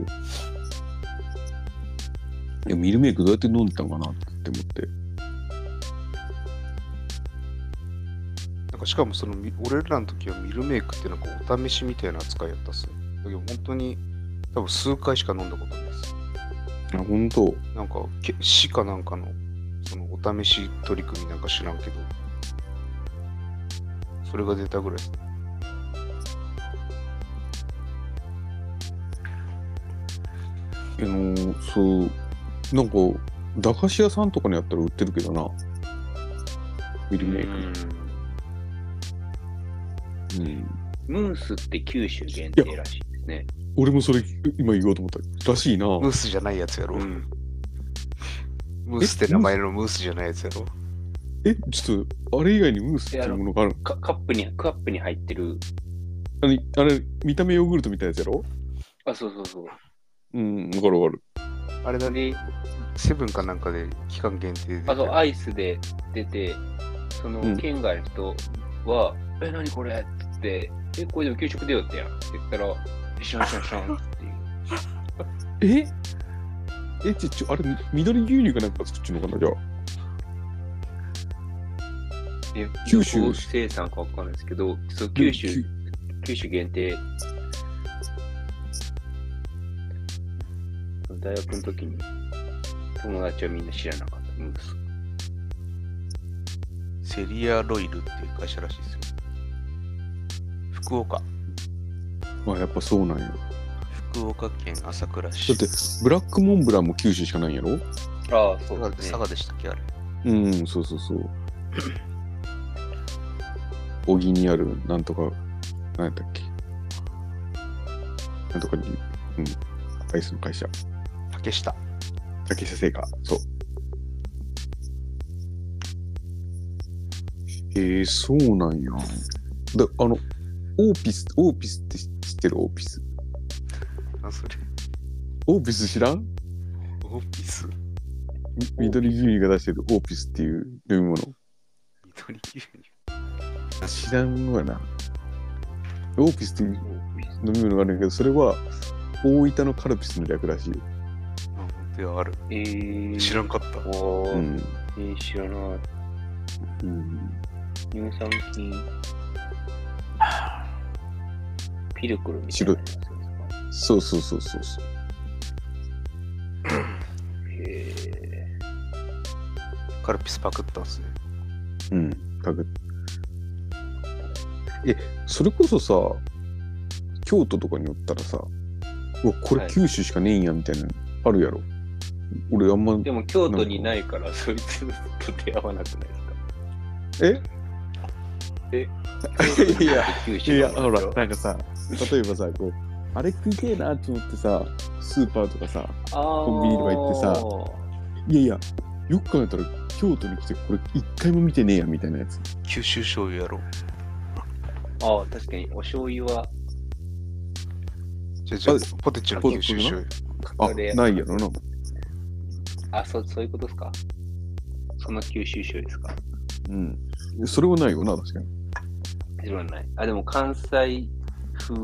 Speaker 1: やミルメイクどうやって飲んでたのかなって思って
Speaker 2: なんかしかもそのみ俺らの時はミルメイクっていうのはこうお試しみたいな扱いやったっすね。だけど本当に多分数回しか飲んだことないです。
Speaker 1: あ、本当。
Speaker 2: なんか、け市かなんかの、そのお試し取り組みなんか知らんけど、それが出たぐらいです。
Speaker 1: あのーそう、なんか、駄菓子屋さんとかにあったら売ってるけどな。ミルメイク。うん。
Speaker 3: ムースって九州限定らしいですね。
Speaker 1: 俺もそれ、今言おうと思った。らしいな。
Speaker 2: ムースじゃないやつやろ。
Speaker 3: うん
Speaker 2: ムースって名前のムースじゃないやつやろ。
Speaker 1: え、ちょっと、あれ以外にムースっていうものがある
Speaker 3: カカップに、カップに入ってる。
Speaker 1: あれ、あれ見た目ヨーグルトみたいなやつやろ
Speaker 3: あ、そうそうそう。
Speaker 1: うん、わかるわかる。
Speaker 2: あれだね、
Speaker 3: で、
Speaker 2: セブンかなんかで期間限定で出て
Speaker 3: あそう
Speaker 2: る。
Speaker 3: アイスで出て、その
Speaker 1: うん
Speaker 3: 県外の人は、え、何これって言って、え、これでも給食出よってやんって言ったら、シャンシャンシャンっていう。
Speaker 1: ええ、ちょ、ちょ、あれ、緑牛乳かなんか作ってんのかなじゃあ。
Speaker 3: で
Speaker 1: 九州
Speaker 3: どこ生産かわかんないですけど、そう九州、九州限定。大学の時に友達はみんな知らなかったムース。
Speaker 2: セリアロイルっていう会社らしいですよ。福岡。
Speaker 1: まあ、やっぱそうなんや。だ
Speaker 2: 福岡県朝倉市。
Speaker 1: って、ブラックモンブランも九州しかないんやろ
Speaker 3: ああ、そう
Speaker 2: 佐賀
Speaker 3: です
Speaker 2: 佐
Speaker 3: ね。
Speaker 2: 賀でしたっけあれ。
Speaker 1: うん、そうそうそう。小木にある、なんとか、なんやったっけ。なんとかに、うん、アイスの会社。
Speaker 2: 竹下。
Speaker 1: 竹下製菓、そう。えー、そうなんや。で、あの、オーピス、オーピスって知ってるオーピス。
Speaker 2: あ、それ。
Speaker 1: オーピス知らん
Speaker 2: オーピス。
Speaker 1: み緑牛乳が出してるオーピスっていう飲み物。
Speaker 2: 緑牛乳。
Speaker 1: 知らんわな。オーピスっていう飲み物があるんやけど、それは大分のカルピスの略らしい。
Speaker 2: あ、本当や、ある。
Speaker 3: えー、
Speaker 2: 知らんかった。
Speaker 3: おー
Speaker 1: うん。
Speaker 3: えー知らない。
Speaker 1: うん、
Speaker 3: 乳酸菌。ピルクルみたい
Speaker 1: 白
Speaker 3: ないやつですか。
Speaker 1: そうそうそうそうそう。
Speaker 3: へえ
Speaker 2: カルピスパクったんすね。
Speaker 1: うん。かくえ、それこそさ、京都とかにおったらさ、うわ、こ
Speaker 3: は
Speaker 1: れ
Speaker 3: い
Speaker 1: 九州しかねえんやみたいなのあるやろ。俺あんま、
Speaker 3: でも京都にないから、そいつと出会わなくないですか
Speaker 1: えいや、
Speaker 3: 九
Speaker 1: い
Speaker 3: 州
Speaker 1: や、
Speaker 3: なんで
Speaker 1: ほ
Speaker 3: すよ
Speaker 1: ら、なんかさ、例えばさ、こう、あれ食いてえなと思ってさ、スーパーとかさ、
Speaker 3: コ
Speaker 1: ンビニとか行ってさいやいや、よく考えたら京都に来てこれ一回も見てねえやみたいなやつ。
Speaker 2: 九州醤油やろ。
Speaker 3: ああ、確かに、お醤油は、
Speaker 2: じゃじゃ
Speaker 1: あ
Speaker 2: ポテチの
Speaker 1: ポ
Speaker 2: 九州醤油。
Speaker 1: あ、
Speaker 3: それ
Speaker 1: ないやろな。
Speaker 3: あ、そそういうことですかその九州醤油ですか
Speaker 1: うん。それはないよな、確かに。
Speaker 3: 知らない。あ、でも関西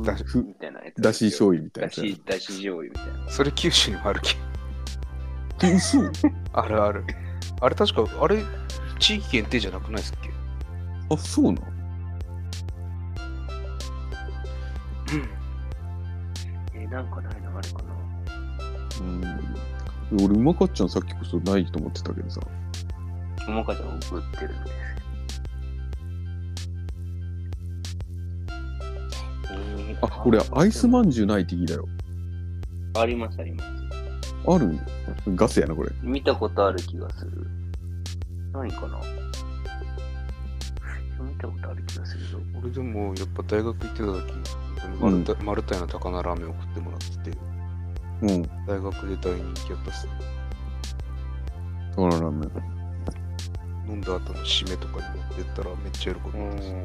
Speaker 2: だし
Speaker 3: 風みたいなやつ。
Speaker 1: だし醤油みたい
Speaker 3: だ
Speaker 1: なや
Speaker 3: し、だし醤油みたいな。
Speaker 2: それ九州にもあるけ。
Speaker 1: つ。え嘘
Speaker 2: あるある。あれ確か、あれ、地域限定じゃなくないですっけ
Speaker 1: あ、そうなん。
Speaker 3: え、なんかないのあるかな
Speaker 1: うん、俺うまかっちゃんさっきこそないと思ってたけどさ
Speaker 3: ももかちゃん送ってるんです。えー
Speaker 1: あ俺アイスまんじゅうないって聞いたよ
Speaker 3: ありますあります。
Speaker 1: あるガスやなこれ
Speaker 3: 見たことある気がする。何かな見たことある気がするぞ。
Speaker 2: 俺でも、やっぱ大学行ってた時、本当に丸太マルタイの高菜ラーメン送ってもらってて、
Speaker 1: うん
Speaker 2: 大学で大人気やったっすね。
Speaker 1: あらラーメン
Speaker 2: 飲んだ後の締めとかに持ってったらめっちゃ喜ぶんですよ。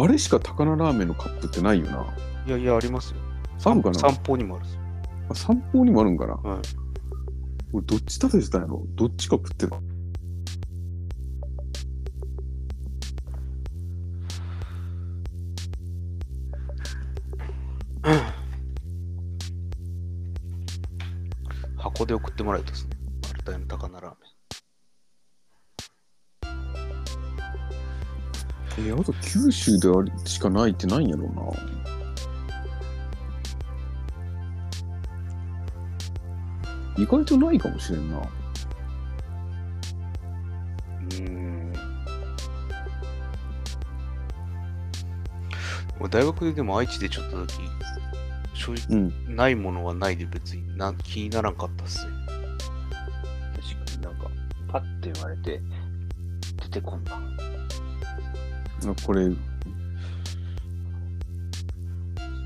Speaker 1: あれしか高菜ラーメンのカップってないよない
Speaker 2: やいや、ありますよ。
Speaker 1: あるかな
Speaker 2: 散歩にもあるっすよ。
Speaker 1: あ散歩にもあるんかな、
Speaker 2: はい
Speaker 1: 俺どっち食べてたんやろどっちか食ってた
Speaker 2: 箱で送ってもらえたっすね。マルタイの高菜ラーメ
Speaker 1: えーあと九州であれしかないってないんやろうな意外とないかもしれんな。
Speaker 2: うん。俺大学ででも愛知でちょっとだけ、正直
Speaker 1: うん。
Speaker 2: ないものはないで別にな気にならんかったっすね。
Speaker 3: 確かになんか、パッて言われて、出てこんな。
Speaker 1: これ、
Speaker 2: そ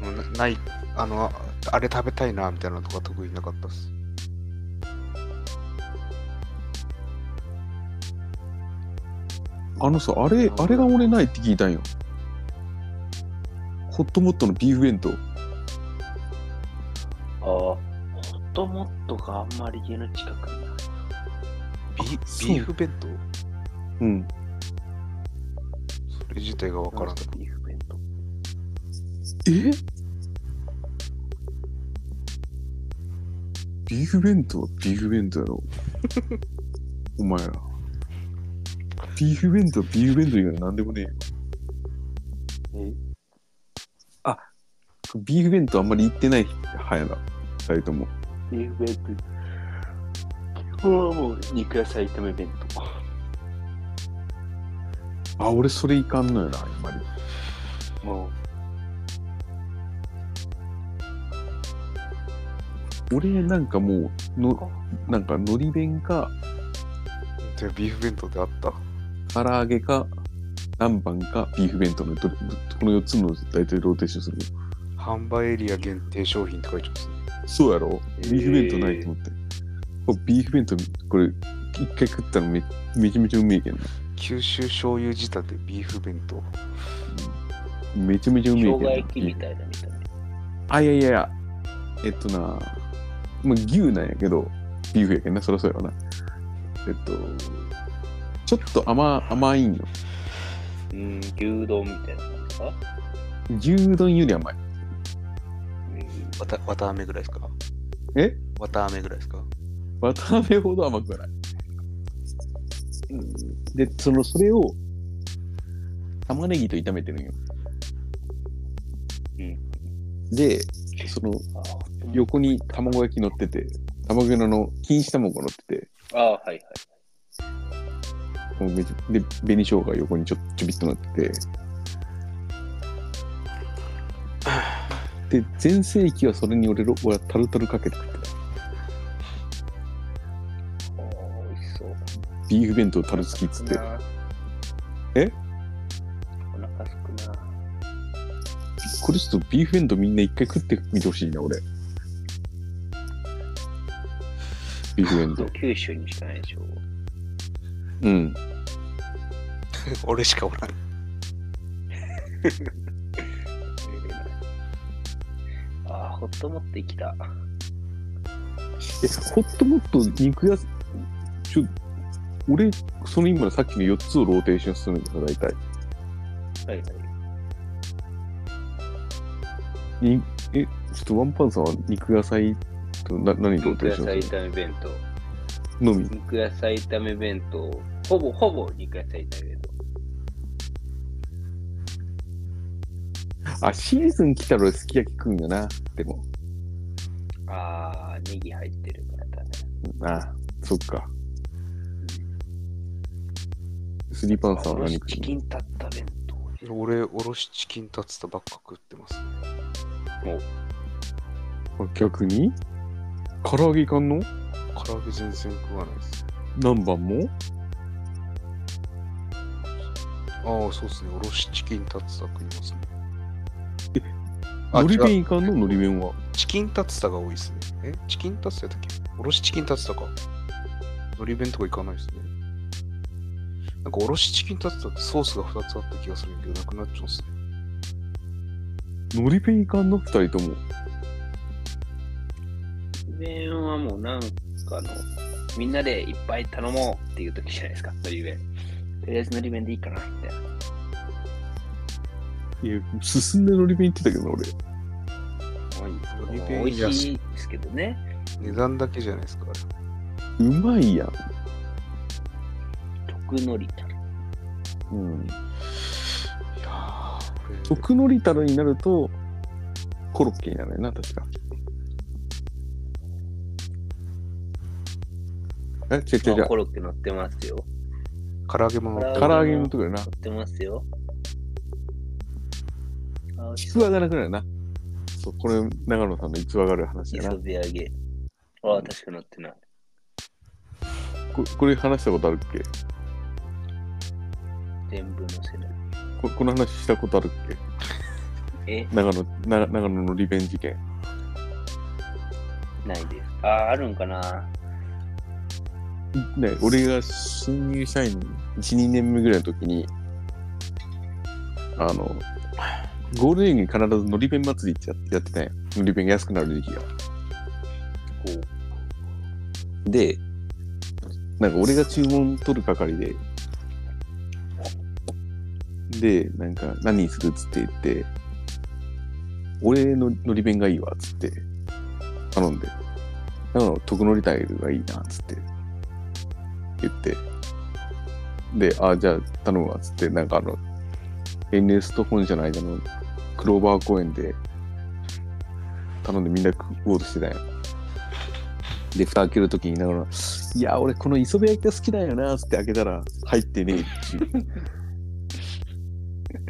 Speaker 2: のなない、あの、ああれ食べたいなみたいなのとか特になかったっす。
Speaker 1: あのさ、あれ、あれが俺ないって聞いたんよ。ホットモットのビーフ弁当。
Speaker 3: ああ、ホットモットがあんまり家の近くにない。
Speaker 2: ビビ
Speaker 1: そう
Speaker 2: ーフ弁当
Speaker 1: うん。
Speaker 2: それ自体がわからん。
Speaker 3: ビーフ弁当。
Speaker 1: えビーフ弁当はビーフ弁当や ろ。お前ら。ビーフ弁当はビーフ弁当以外なんでもねえよ。
Speaker 3: え
Speaker 1: ビーフ弁当あんまり行ってないはやな。二人とも。
Speaker 3: ビーフ弁当。基本はもう肉野菜炒め弁当。
Speaker 1: あ、俺それいかんのよな、あんまり。
Speaker 3: も
Speaker 1: 俺なんかもう、の、なんか海苔弁か、
Speaker 2: じゃあビーフ弁当ってあった
Speaker 1: 唐揚げか、南蛮か、ビーフ弁当のどれ、この4つの大体ローテーションする
Speaker 2: 販売エリア限定商品って書いてますね。
Speaker 1: そうやろビ
Speaker 3: えー
Speaker 1: ーフ弁当ないと思って。これビーフ弁当、これ、一回食ったらめめちゃめちゃうめえけんな。
Speaker 2: 九州醤油仕立てビーフ弁当。
Speaker 1: めちゃめちゃう
Speaker 3: う、
Speaker 1: めえけんな。
Speaker 3: 生姜焼きみたいなみたいな。
Speaker 1: あ、いやいやいや。えっとな、まあ、牛なんやけど、ビーフやけんな、そりゃそうやわな。えっと、ちょっと甘甘いんよ。
Speaker 3: うん、牛丼みたいなのか。
Speaker 1: 牛丼より甘い。
Speaker 3: うん
Speaker 2: わた、わたあめぐらいですか
Speaker 1: え
Speaker 2: わたあめぐらいですか
Speaker 1: 渡辺ほど甘くはない。で、その、それを、玉ねぎと炒めてるんよ。
Speaker 3: うん
Speaker 1: で、その、
Speaker 3: あー
Speaker 1: 横に卵焼き乗ってて、卵焼きのあの錦糸卵乗ってて、
Speaker 3: あー、はいはい。
Speaker 1: もうめちゃで、紅生姜が横にちょちょびっと乗ってて、で、全盛期はそれに俺ろ、俺はタルタルかけて食ってた。
Speaker 3: あー美味しそう。
Speaker 1: ビーフ弁当タル付きっつって、え
Speaker 3: お腹すくな。
Speaker 1: これちょっとビーフ弁当みんな一回食ってみてほしいな、俺。ビーフ弁当。
Speaker 3: 九州にしかないでしょ。
Speaker 1: うん。
Speaker 2: 俺しかおらん。
Speaker 3: ああ、ほっともってきた。
Speaker 1: え、ホットモット肉やす、ちょ、俺、その今のさっきの4つをローテーションするんだよ、大体。
Speaker 3: はいはい。
Speaker 1: にえ、ちょっとワンパンさんは肉野菜とな何ロー
Speaker 3: 肉
Speaker 1: テー
Speaker 3: 野
Speaker 1: ション
Speaker 3: 菜
Speaker 1: する
Speaker 3: 炒め弁当。
Speaker 1: のみ。
Speaker 3: 肉野菜炒め弁当。ほぼほぼ肉野菜炒め弁
Speaker 1: あ、シーズン来たら俺すき焼き食うんだな。でも。
Speaker 3: 当。ああ、ネギ入ってるからだね。
Speaker 1: ああそっか。スリーパンさんは何
Speaker 3: 私
Speaker 1: 食
Speaker 3: チ
Speaker 1: う
Speaker 3: キンタッタ弁当。
Speaker 2: 俺、おろしチキンタツタばっか食ってますね。
Speaker 1: のあ逆に唐揚げいかんの
Speaker 2: 唐揚げ全然食わないです。
Speaker 1: 何番も
Speaker 2: ああ、そうですね。おろしチキンタツタ食いますね。
Speaker 1: え
Speaker 2: あ、
Speaker 1: のり
Speaker 2: 違う
Speaker 1: 弁いかんののり弁は。
Speaker 2: チキンタツタが多いですね。えチキンタツタやったっけおろしチキンタツタか。のり弁とかいかないですね。なんかおろしチキンタツタってソースが2つあった気がするんだけど、なくなっちゃうんですね。
Speaker 1: のり弁いかんの二人とも。
Speaker 3: 弁はもうなんかの、みんなでいっぱい頼もうっていう時じゃないですか、のり弁。とりあえずのり弁でいいかなみたいな。
Speaker 1: いや、進んでのり弁行ってたけどな、俺。
Speaker 2: のり
Speaker 3: 美
Speaker 2: 弁
Speaker 3: 味
Speaker 2: 安
Speaker 3: し
Speaker 2: い
Speaker 3: いですけどね。
Speaker 2: 値段だけじゃないですか。あれ
Speaker 1: うまいやん。
Speaker 3: 特のりたら。
Speaker 1: うん。
Speaker 2: いやー、俺
Speaker 1: 特のりたるになると、コロッケになるよな、確か。え、違う違う違
Speaker 3: あ
Speaker 1: う
Speaker 3: コ。ロッケ乗ってますよ。
Speaker 2: 唐揚げも乗って
Speaker 1: 唐
Speaker 2: る。
Speaker 1: 揚げのところやな
Speaker 3: 乗。ってますよ。あ、
Speaker 1: 逸話がなくなるな。そう、これ、長野さんの逸話がある話やな
Speaker 3: 磯。辺揚げ。ああ、確か乗ってない。
Speaker 1: ここれ話したことあるっけ
Speaker 3: 全部乗せない。
Speaker 1: ここの話したことあるっけ
Speaker 3: え、
Speaker 1: 長野な長野のリベンジ券。
Speaker 3: ないです。ああ、あるんかな
Speaker 1: ね、俺が新入社員1、2年目ぐらいの時に、あの、ゴールデンウィークに必ずのり弁祭りってやってやってたんや。のり弁が安くなる時期が。で、なんか俺が注文取る係で、で、なんか何にするっつって言って、俺ののり弁がいいわっつって頼んで、だから特のりタイルがいいなっつって言って、で、あ、じゃあ頼むわっつって、なんかあの、NS と本社の間のクローバー公園で頼んでみんな食おうとしてたんや。で、蓋開けるときに、だから、いや、俺、この磯辺焼きが好きだよな、つって開けたら、入ってねえっ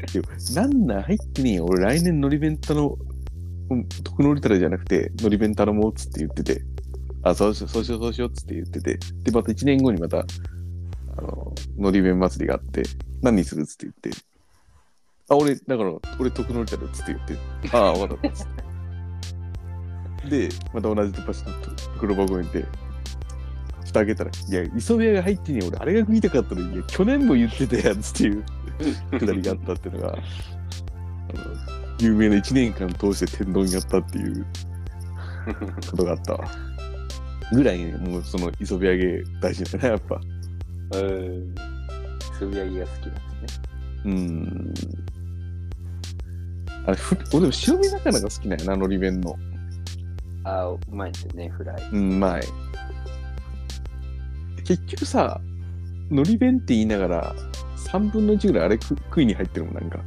Speaker 1: ていう。でもなんなん入ってねえよ。俺、来年のり弁頼の、うん特のりたらじゃなくて、のり弁頼もう、つって言ってて、あ、そうしよう、そうしよう、そうしよう、つって言ってて、で、また1年後にまた、あの、のり弁祭りがあって、何にするっつって言って、あ、俺、だから、俺、特のりたらっつって言って、ああ、わかったっつって。で、また同じ突破しの黒箱に行って、蓋開けたら、いや、磯部屋が入ってねえ、俺、あれが食いたかったのに、いや、去年も言ってたやつっていう くだりがあったっていうのが、あの有名な1年間通して天丼やったっていうことがあったわぐらい、ね、もうその磯部揚げ大事だね、やっぱ。
Speaker 3: えー、つぶやきが好きなんですね。
Speaker 1: うん。あれ、ふ俺でも白身魚が好きなんやな、のり弁の。
Speaker 3: ああ、うまいですよね、フライ。
Speaker 1: うん、まい。結局さ、のり弁って言いながら、3分の1ぐらいあれ食食いに入ってるもん、なんか。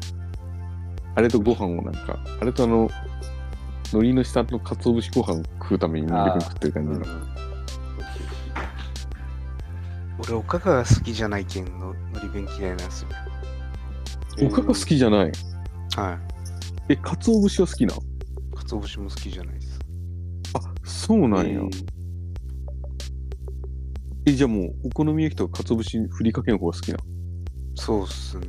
Speaker 1: あれとご飯をなんか、あれとあの、海苔の下の鰹節ご飯を食うためにのり弁食ってる感じの。
Speaker 2: 俺、おかかが好きじゃないけんの、のり弁嫌いなんですよ。
Speaker 1: おかか好きじゃない。
Speaker 2: は
Speaker 1: え、鰹節は好きなの
Speaker 2: い。鰹節も好きじゃないです。
Speaker 1: あ、そうなんや
Speaker 3: え。
Speaker 1: え、じゃあもう、お好み焼きとか鰹節ふりかけの方が好きなの
Speaker 2: そうっすね。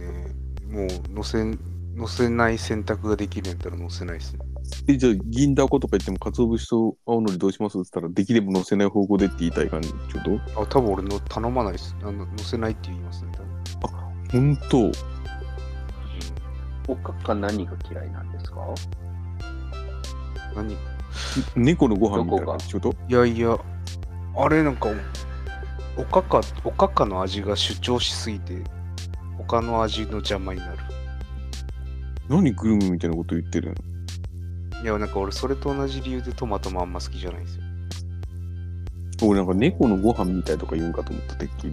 Speaker 2: もう、乗せん、乗せない選択ができるんやったら乗せないっすね。
Speaker 1: え、じゃあ、銀だことか言っても、鰹節と青のりどうしますって言ったら、できれば乗せない方向でって言いたい感じ。ちょっと
Speaker 2: あ、多分俺の頼まないっす。あの、乗せないって言いますね。多分
Speaker 1: 本当
Speaker 3: ーおかか何が嫌いなんですか
Speaker 2: 何
Speaker 1: 猫のご飯みたいな感じってこと
Speaker 2: いやいや、あれなんか、おかか、おかかの味が主張しすぎて、他の味の邪魔になる。
Speaker 1: 何グルメみたいなこと言ってるの
Speaker 2: いや、なんか俺、それと同じ理由でトマトもあんま好きじゃないんですよ。
Speaker 1: 俺なんか猫のご飯みたいとか言うんかと思ったてっきり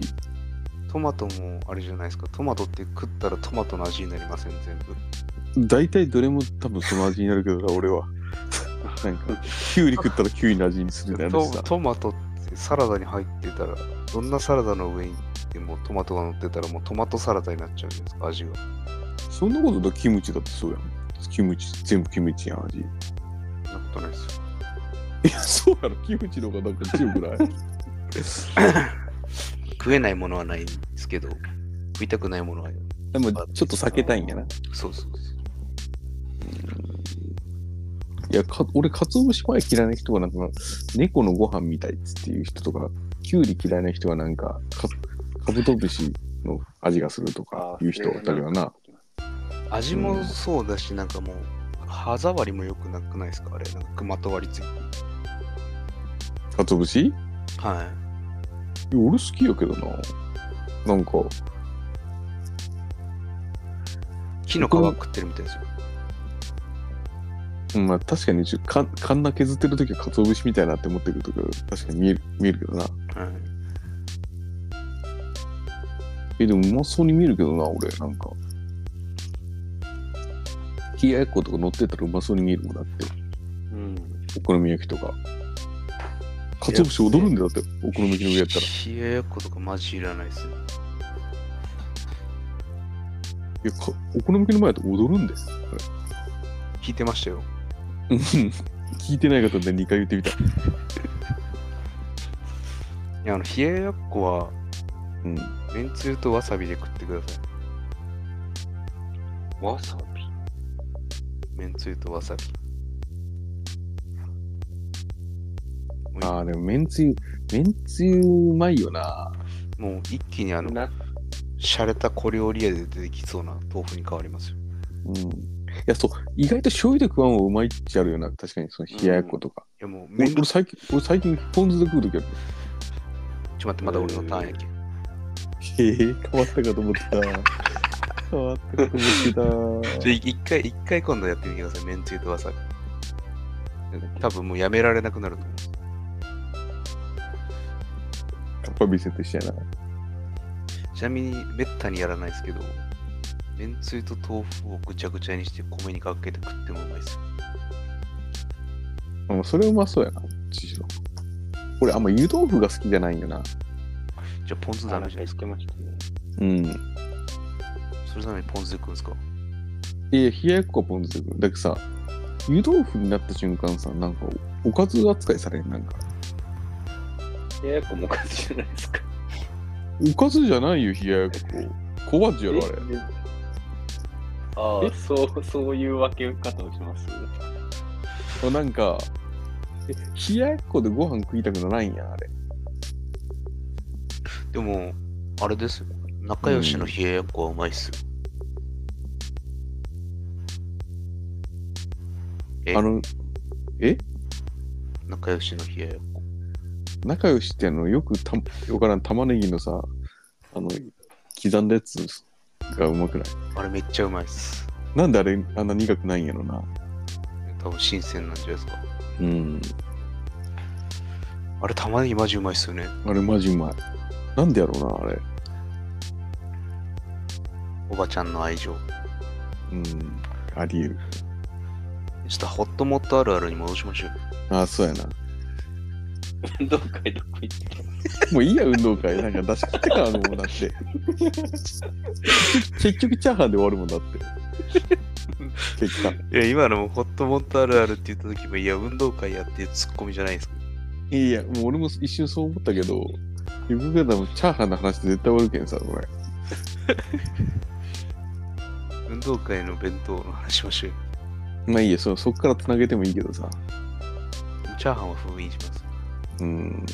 Speaker 2: トマトもあれじゃないですか。トマトって食ったらトマトの味になりません、全部。
Speaker 1: 大体どれも多分その味になるけどな俺はなんかキュウリ食ったらキュウリの味にするみたいな話
Speaker 2: ト
Speaker 1: だ
Speaker 2: トマトってサラダに入ってたら、どんなサラダの上にでもトマトが乗ってたら、もうトマトサラダになっちゃうじゃないですか、味が。
Speaker 1: そんなことだキムチだってそうやんキムチ全部キムチやん味い
Speaker 2: そんなことないですよ。
Speaker 1: やそうやろキムチの方がなんか強くない
Speaker 2: 食えないものはないんですけど、食いたくないものは
Speaker 1: でもちょっと避けたいんやな
Speaker 2: そうそうそう。
Speaker 1: いやか俺かつお節前嫌いな人はなんか猫のご飯みたいっつっていう人とかキュウリ嫌いな人はなんかかカブトムシの味がするとかいう人だけどな
Speaker 2: 味もそうだし、なんかもう、歯触りも良くなくないですかあれ、なんか熊と割りついて。
Speaker 1: かつお節いや
Speaker 2: はい。
Speaker 1: 俺好きやけどななんか
Speaker 2: 木の皮食ってるみたいですよ。
Speaker 1: うんまあ確かにちょかカンナ削ってる時はかつお節みたいなって思ってくるとか確かに見える見えるけどな
Speaker 2: はい、
Speaker 1: えでもうまそうに見えるけどな俺なんか冷ややっことか乗ってたらうまそうに見えるもんだって
Speaker 3: うん。
Speaker 1: お好み焼きとか。かつお節踊るんだよ、だって、お好み焼きの上やったら。
Speaker 2: 冷ややっことかマジいらないですね。
Speaker 1: いやかお好み焼きの前だと踊るんだよ。
Speaker 2: 聞いてましたよ。
Speaker 1: うん聞いてない方で2回言ってみた。
Speaker 2: いや、あの、冷ややっこは、
Speaker 1: うん。
Speaker 2: めんつゆとわさびで食ってくださ
Speaker 3: わさび。
Speaker 2: い。めんつゆとわさび。
Speaker 1: ああ、でも、めんつゆ、めんつゆうまいよな。
Speaker 2: もう一気にあの、
Speaker 3: な
Speaker 2: 洒落た小料理屋で出てきそうな豆腐に変わりますよ。
Speaker 1: うん。いや、そう、意外と醤油で食わんはうまいっちゃあるよな。確かに、その冷ややっことか。
Speaker 2: いや、もう、め
Speaker 1: 俺
Speaker 2: ん、ち
Speaker 1: 俺
Speaker 2: ょっ
Speaker 1: 最近、俺最近、ポン酢で食うときある。
Speaker 2: と待って、まだ俺のターンやけん。
Speaker 1: へえ、変わったかと思ってた。変わったかと思って
Speaker 2: ちょい一回、一回今度やってみてください。めんつゆとわさび。多分もうやめられなくなると思う。
Speaker 1: た。カッパビセットしたいな。
Speaker 2: ちなみに、めったにやらないですけど、めんつゆと豆腐をぐちゃぐちゃにして米にかけて食ってもうまいですよ。
Speaker 1: うん、それうまそうやな、ちろ。俺、あんま湯豆腐が好きじゃないんよな。
Speaker 2: じゃあ、ポン酢ダメじゃないですか。
Speaker 3: ましたね。
Speaker 1: うん。
Speaker 2: それなのにポン酢で食うんですか
Speaker 1: いや、冷ややっこはポン酢で食う。だけどさ、湯豆腐になった瞬間さ、なんかお、おかず扱いされん、なんか。
Speaker 3: 冷ややっこもおかずじゃないですか。
Speaker 1: おかずじゃないよ、冷ややっこ。小鉢やろ、あれ。
Speaker 3: えであ
Speaker 1: え
Speaker 3: あ、そう、そういう分け方をします。
Speaker 1: あなんか、え、冷ややっこでご飯食いたくならんやん、あれ。
Speaker 2: でも、あれですよ。仲良しの冷ややっこはうまいっすよ。え
Speaker 1: あの、
Speaker 2: 仲良しの冷ややっこ。
Speaker 1: 仲良しってあの、よくた、よからん玉ねぎのさ、あの、刻んだやつがうまくない。
Speaker 2: あれめっちゃうまいっす。
Speaker 1: なんであれ、あんな苦くないんやろな。
Speaker 2: 多分新鮮なんじゃないですか。
Speaker 1: うん。
Speaker 2: あれ玉ねぎマジうまいっすよね。
Speaker 1: あれ、マジうまい。なんでやろうな、あれ。
Speaker 2: おばちゃんの愛情。
Speaker 1: うん。ありえる。
Speaker 2: ちょっとホットモットあるあるに戻しましょう。
Speaker 1: ああ、そうやな。
Speaker 3: 運動会どこ行って
Speaker 1: もういいや、運動会。なんか出し切ってからのもんだ って。結局、チャーハンで終わるもんだって。結果。
Speaker 2: いや、今のホットモットあるあるって言った時も、いや、運動会やっていうツッコミじゃないですか。
Speaker 1: いや、もう俺も一瞬そう思ったけど、結局は多分チャーハンの話で絶対終わるけんさ、これ。
Speaker 2: 運動会の弁当の話しましょうよ。
Speaker 1: まあいいや、そそっから繋げてもいいけどさ。
Speaker 2: チャーハンは封印します。
Speaker 1: うん。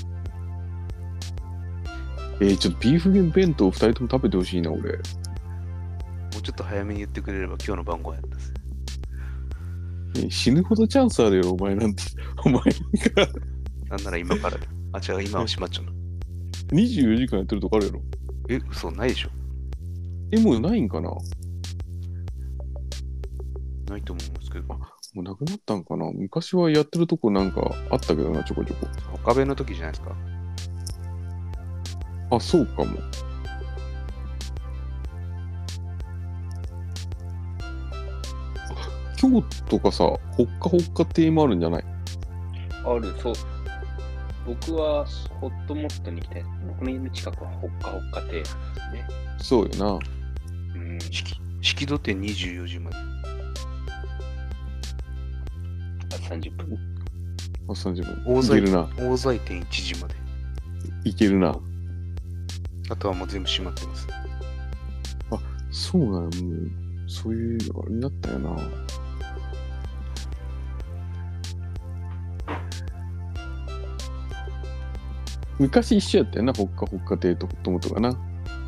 Speaker 1: えー、ちょっとビーフン弁当二人とも食べてほしいな、俺。
Speaker 2: もうちょっと早めに言ってくれれば今日の晩ご飯やったっす。
Speaker 1: えー死ぬほどチャンスあるよ、お前なんて。お前が
Speaker 2: なんなら今からで。あ、違う、今は閉まっちゃうの。
Speaker 1: 24時間やってるとこあるやろ。
Speaker 2: え、嘘ないでしょ。
Speaker 1: え、もうないんかなも
Speaker 2: ないと思うんですけど。
Speaker 1: うなくなったんかな昔はやってるとこなんかあったけどな、ちょこちょこ。
Speaker 2: 他弁の時じゃないですか。
Speaker 1: あ、そうかも。今日とかさ、ほっかほっかテーマあるんじゃない
Speaker 3: ある、そう。僕はホットモットに来て、僕の家の近くはホッカホッカ亭ですね。
Speaker 1: そうよな。
Speaker 3: うん。
Speaker 2: 式、式土店24時まで。
Speaker 3: 30分。
Speaker 1: おっさん自分。
Speaker 2: 大
Speaker 1: い
Speaker 2: 勢
Speaker 1: けるな。
Speaker 2: 大財店1時まで。
Speaker 1: いけるな。
Speaker 2: あとはもう全部閉まってます。
Speaker 1: そうなの、もう、そういうのあれになったよな。昔一緒やったよな、ほっかほっか亭とホットモットがな。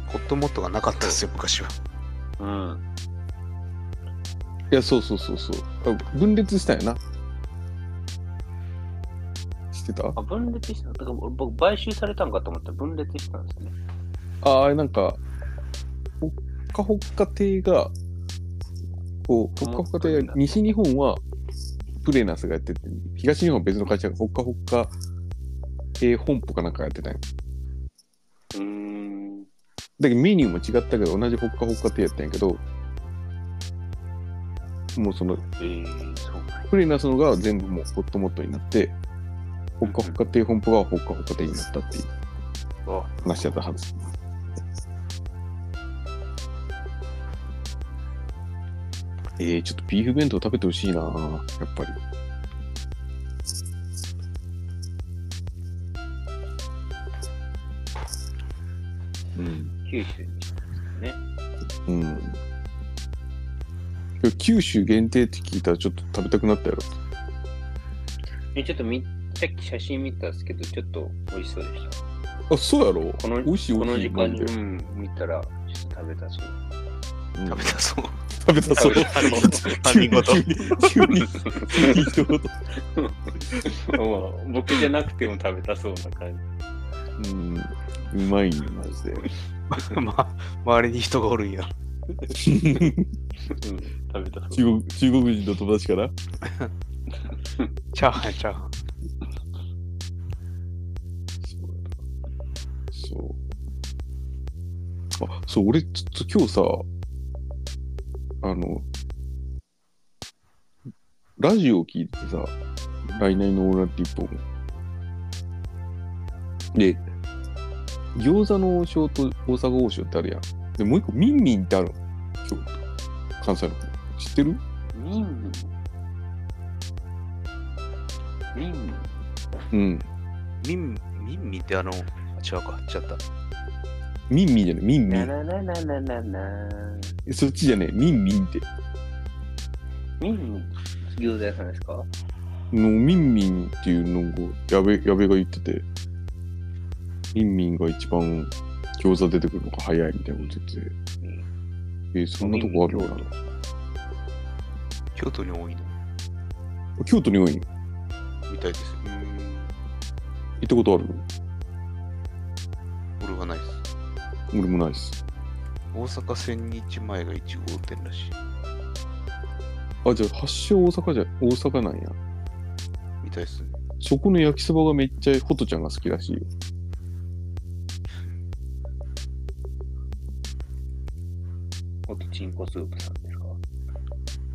Speaker 2: ホットモットがなかったですよ、昔は。
Speaker 3: うん。
Speaker 1: いや、そうそうそうそう。あ分裂したよな。してた
Speaker 3: あ、分裂した。だから僕、僕買収されたんかと思ったら分裂したんですね。
Speaker 1: ああ、なんか、ほっかほっか亭が、こう、ほっかほっか亭が、西日本はプレナスがやってて、東日本は別の会社がほっかほっか亭本舗かなんかやってたんよ
Speaker 3: うーん。
Speaker 1: だけどメニューも違ったけど、同じほっかほっか亭やったんやけど、もうその、
Speaker 3: えー、そうなんや
Speaker 1: プレナスのが全部もうホットモットになって、ほっかほか定本舗がほっかほか定になったっていう
Speaker 2: あ
Speaker 1: 話だったはず。えー、ちょっとビーフ弁当食べてほしいなやっぱり。うん。
Speaker 3: 九州に。ね。
Speaker 1: うん。でも九州限定って聞いたらちょっと食べたくなったやろ。
Speaker 3: えちょっとみさっき写真見たんですけど、ちょっと美味しそうでした。
Speaker 1: あ、そうやろ
Speaker 3: この
Speaker 1: 美味しい
Speaker 3: こ
Speaker 1: 美
Speaker 3: の
Speaker 1: 味しい
Speaker 3: 時間
Speaker 1: マ
Speaker 3: に、
Speaker 1: ジで
Speaker 3: うん、見たら、ちょっと食べたそう。
Speaker 1: うん
Speaker 2: 食べたそう。
Speaker 1: 食べた そう。
Speaker 2: 他人事。
Speaker 1: 急に、急に一言。
Speaker 3: うん僕じゃなくても食べたそうな感じ。
Speaker 1: うん。うまいね、マジで。
Speaker 2: まあ、周りに人がおるんや。
Speaker 3: うん、食べたそう。
Speaker 1: 中国中国人の友達から
Speaker 2: チャーハン、チャーハン。
Speaker 1: そう。あ、そう、俺、ちょっと今日さ、あの、ラジオを聞いててさ、来年のオールナイト一本。で、餃子の王将と大阪王将ってあるやん。で、もう一個、ミンミンってあるの。京都関西の方。知ってる
Speaker 3: ミンミン。ミンミン。
Speaker 1: うん。
Speaker 2: ミン、ミンミンってあの、あ違うか、違った。
Speaker 1: ミンミンじゃない、ミンミ
Speaker 3: な
Speaker 1: ン。
Speaker 3: なななななな。
Speaker 1: そっちじゃねえ、ミンミンって。
Speaker 3: ミンミン。餃子屋さんですか
Speaker 1: のミンミンっていうのを矢部矢部が言っててミンミンが一番餃子出てくるのが早いみたいなこと言ってて、えーそんなとこあるのかな
Speaker 2: 京都に多いの
Speaker 1: 京都に多い行
Speaker 2: みたいですよ。
Speaker 1: ったことある
Speaker 2: 俺はないです。
Speaker 1: 俺もないです
Speaker 2: 大阪千日前が1号店らしい。
Speaker 1: あじゃあ発祥大阪じゃ大阪なんや
Speaker 2: みたいですね。
Speaker 1: そこの焼きそばがめっちゃホトちゃんが好きらしいよ
Speaker 3: おとちんこスープさんですか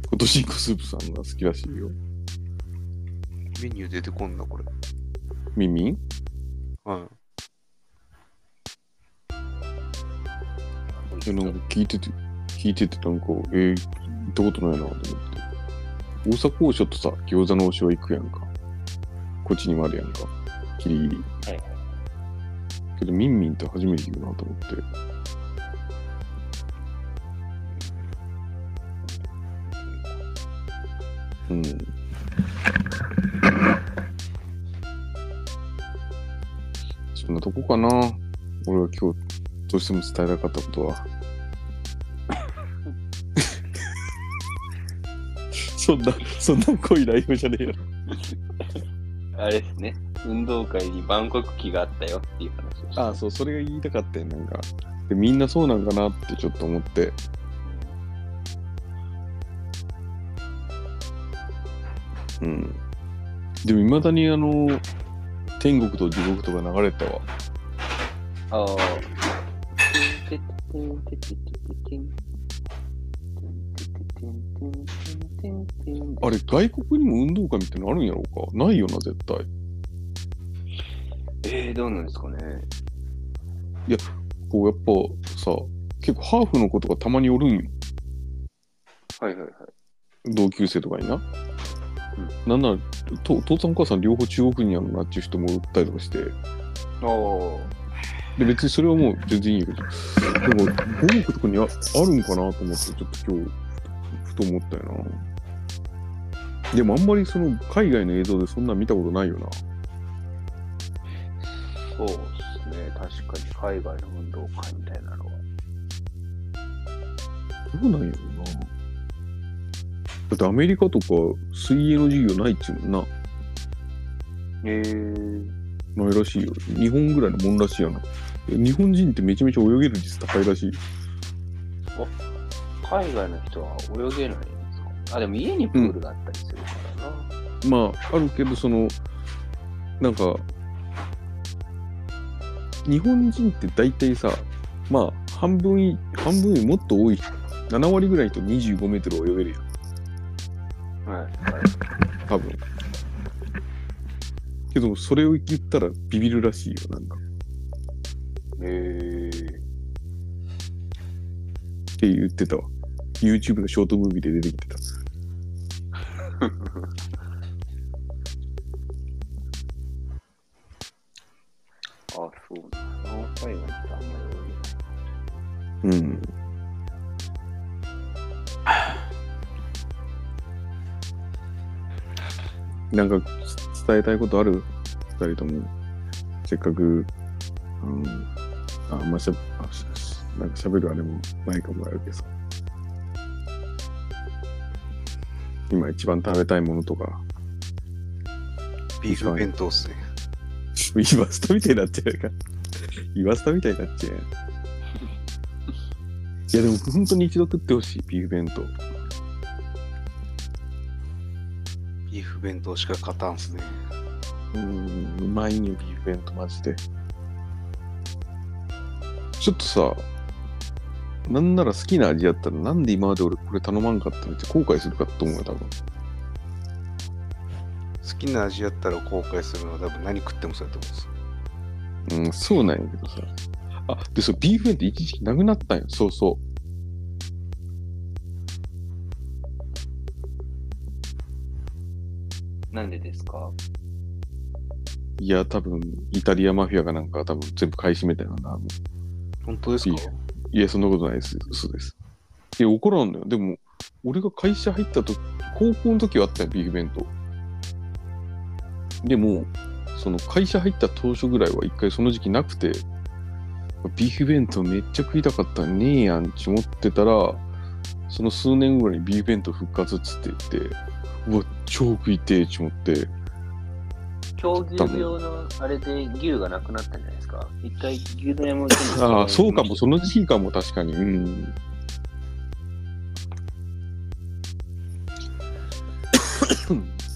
Speaker 1: 今年こスープさんが好きらしいよ
Speaker 2: メニュー出てこんな、これ。
Speaker 1: ミンミン
Speaker 2: うん。
Speaker 1: えなんか聞いてて聞いててなんかえー、行ったことないなと思って大阪王将とさ餃子の王将行くやんかこっちにもあるやんかギリギリ
Speaker 3: はいはい。
Speaker 1: けど、ミンミンって初めて言うなと思って。うん。そんなとこかな。俺は今日、どうしても伝えなかったことは。そんな、そんな濃い内容じゃねえよ。
Speaker 3: あれですね。運動会に万国旗があったよっていう話をして
Speaker 1: ああ、そう、それが言いたかったよ、なんか。で、みんなそうなんかなってちょっと思って。うん。でも、いまだにあの、天国と地獄とか流れてたわ。
Speaker 3: ああ。
Speaker 1: あれ、外国にも運動会みたいなのあるんやろうかないよな、絶対。
Speaker 3: えー、どうなんですかね。
Speaker 1: こう、やっぱさ、結構ハーフの子とかたまにおるんよ。
Speaker 3: はいはいはい。
Speaker 1: 同級生とかにな。なんなら、と父さんお母さん両方中国人やのなっていう人もおったりとかして。
Speaker 3: ああ。
Speaker 1: で別にそれはもう全然いいんやけど、でも、5億とかにああるんかなと思って、ちょっと今日、ふと思ったよな。でもあんまりその海外の映像でそんなん見たことないよな。
Speaker 3: そうですね。確かに海外の運動会みたいなのは。
Speaker 1: どうなんやろな。だってアメリカとか水泳の授業ないっちゅうもん
Speaker 3: えー、
Speaker 1: な。ないらしいよ。日本ぐらいのもんらしいやな。日本人ってめちゃめちゃ泳げる率高いらしい。
Speaker 3: 海外の人は泳げないんですかあ、でも家にプールがあったりするからな。
Speaker 1: まああるけどそのなんか日本人って大体さまあ半分い半分よりもっと多い7割ぐらいの人25メートル泳げるやん
Speaker 3: はい。
Speaker 1: 多分。けけど、それを言ったらビビるらしいよ、なんか。
Speaker 3: へえ。
Speaker 1: って言ってたわ。YouTube のショートムービーで出てきてた。
Speaker 3: あ、そうだ。ノーパイはあんまり多い
Speaker 1: うん。なんか伝えたいことある二人とも。せっかく、うん、あんましゃ、あししなんか喋るあれもないかもあるけどさ。今一番食べたいものとか、
Speaker 2: ビーフ弁当っすね。
Speaker 1: イワスタみたいになっちゃうから。 イワスタみたいになっちゃう。いやでも本当に一度食ってほしい、ビーフ弁当。
Speaker 2: ビーフ弁当しか勝たんっすね。
Speaker 1: うん、うまいよ、ビーフ弁当、マジで。ちょっとさ、なんなら好きな味やったら、なんで今まで俺これ頼まんかったのって後悔するかと思うよ、多分。
Speaker 2: 好きな味やったら後悔するのは多分何食ってもそうやと思うんですよ
Speaker 1: うん、そうなんやけどさ。あ、で、そう、ビーフ弁って一時期なくなったんよ、そうそう。
Speaker 3: なんでですか
Speaker 1: いや、多分、イタリアマフィアがなんか多分全部買い占めたよな。
Speaker 2: 本当ですか
Speaker 1: いいいや、そんなことないです。そうです。いや、怒らんのよ。でも、俺が会社入ったと高校の時はあったよ、ビーフ弁当。でも、その会社入った当初ぐらいは一回その時期なくて、ビーフ弁当めっちゃ食いたかったねえやんち思ってたら、その数年後にビーフ弁当復活っつって言って、うわ、超食いてえち思って、
Speaker 3: 狂牛病のあれで牛がなくなったんじゃないですか一回牛丼屋も
Speaker 1: ああ、そうかも、
Speaker 3: そ
Speaker 1: その時期かも、確かに。うん。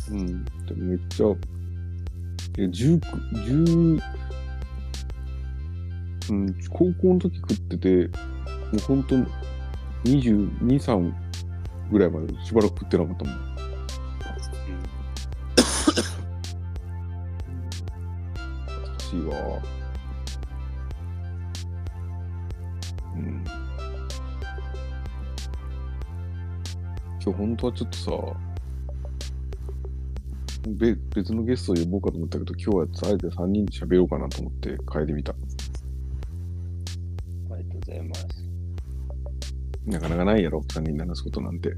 Speaker 1: うん、でもめっちゃ、え、十九、十、うん、高校の時食ってて、もう本当二十二三ぐらいまでしばらく食ってなかったもん。懐かしいわ。うん。今日本当はちょっとさ、べ別のゲストを呼ぼうかと思ったけど、今日はあえて3人で喋ろうかなと思って変えてみた。
Speaker 3: ありがとうございます。
Speaker 1: なかなかないやろ、3人で話すことなんて。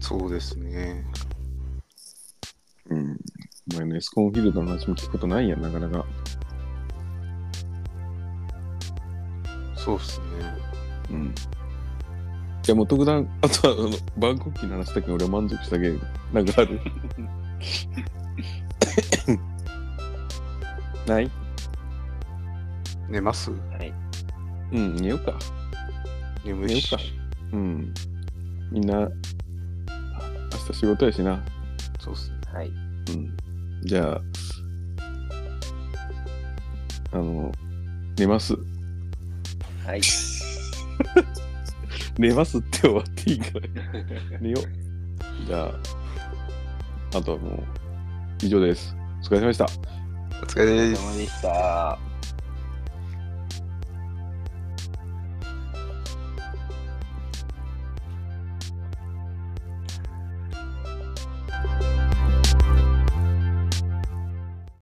Speaker 2: そうですね。
Speaker 1: うん。お前のエスコンフィールドの話も聞くことないやん、なかなか。
Speaker 2: そうですね。
Speaker 1: うん。じゃあもう特段、あとはあのバンコク機の話だけ俺は満足したけど、なんかある。 ない
Speaker 2: 寝ます
Speaker 3: はい。
Speaker 1: うん、寝ようか。
Speaker 2: 眠いし
Speaker 1: 寝よ。うん。みんな、あ明日仕事やしな。
Speaker 2: そうっすね。
Speaker 3: はい。
Speaker 1: うん。じゃあ、あの、寝ます。
Speaker 3: はい。
Speaker 1: 寝ますって終わっていいから。 寝よう。じゃあ、あとはもう、以上です。お疲れ様でした。
Speaker 2: お疲れ
Speaker 3: お疲
Speaker 2: で
Speaker 3: れ
Speaker 2: す
Speaker 3: 様。でした。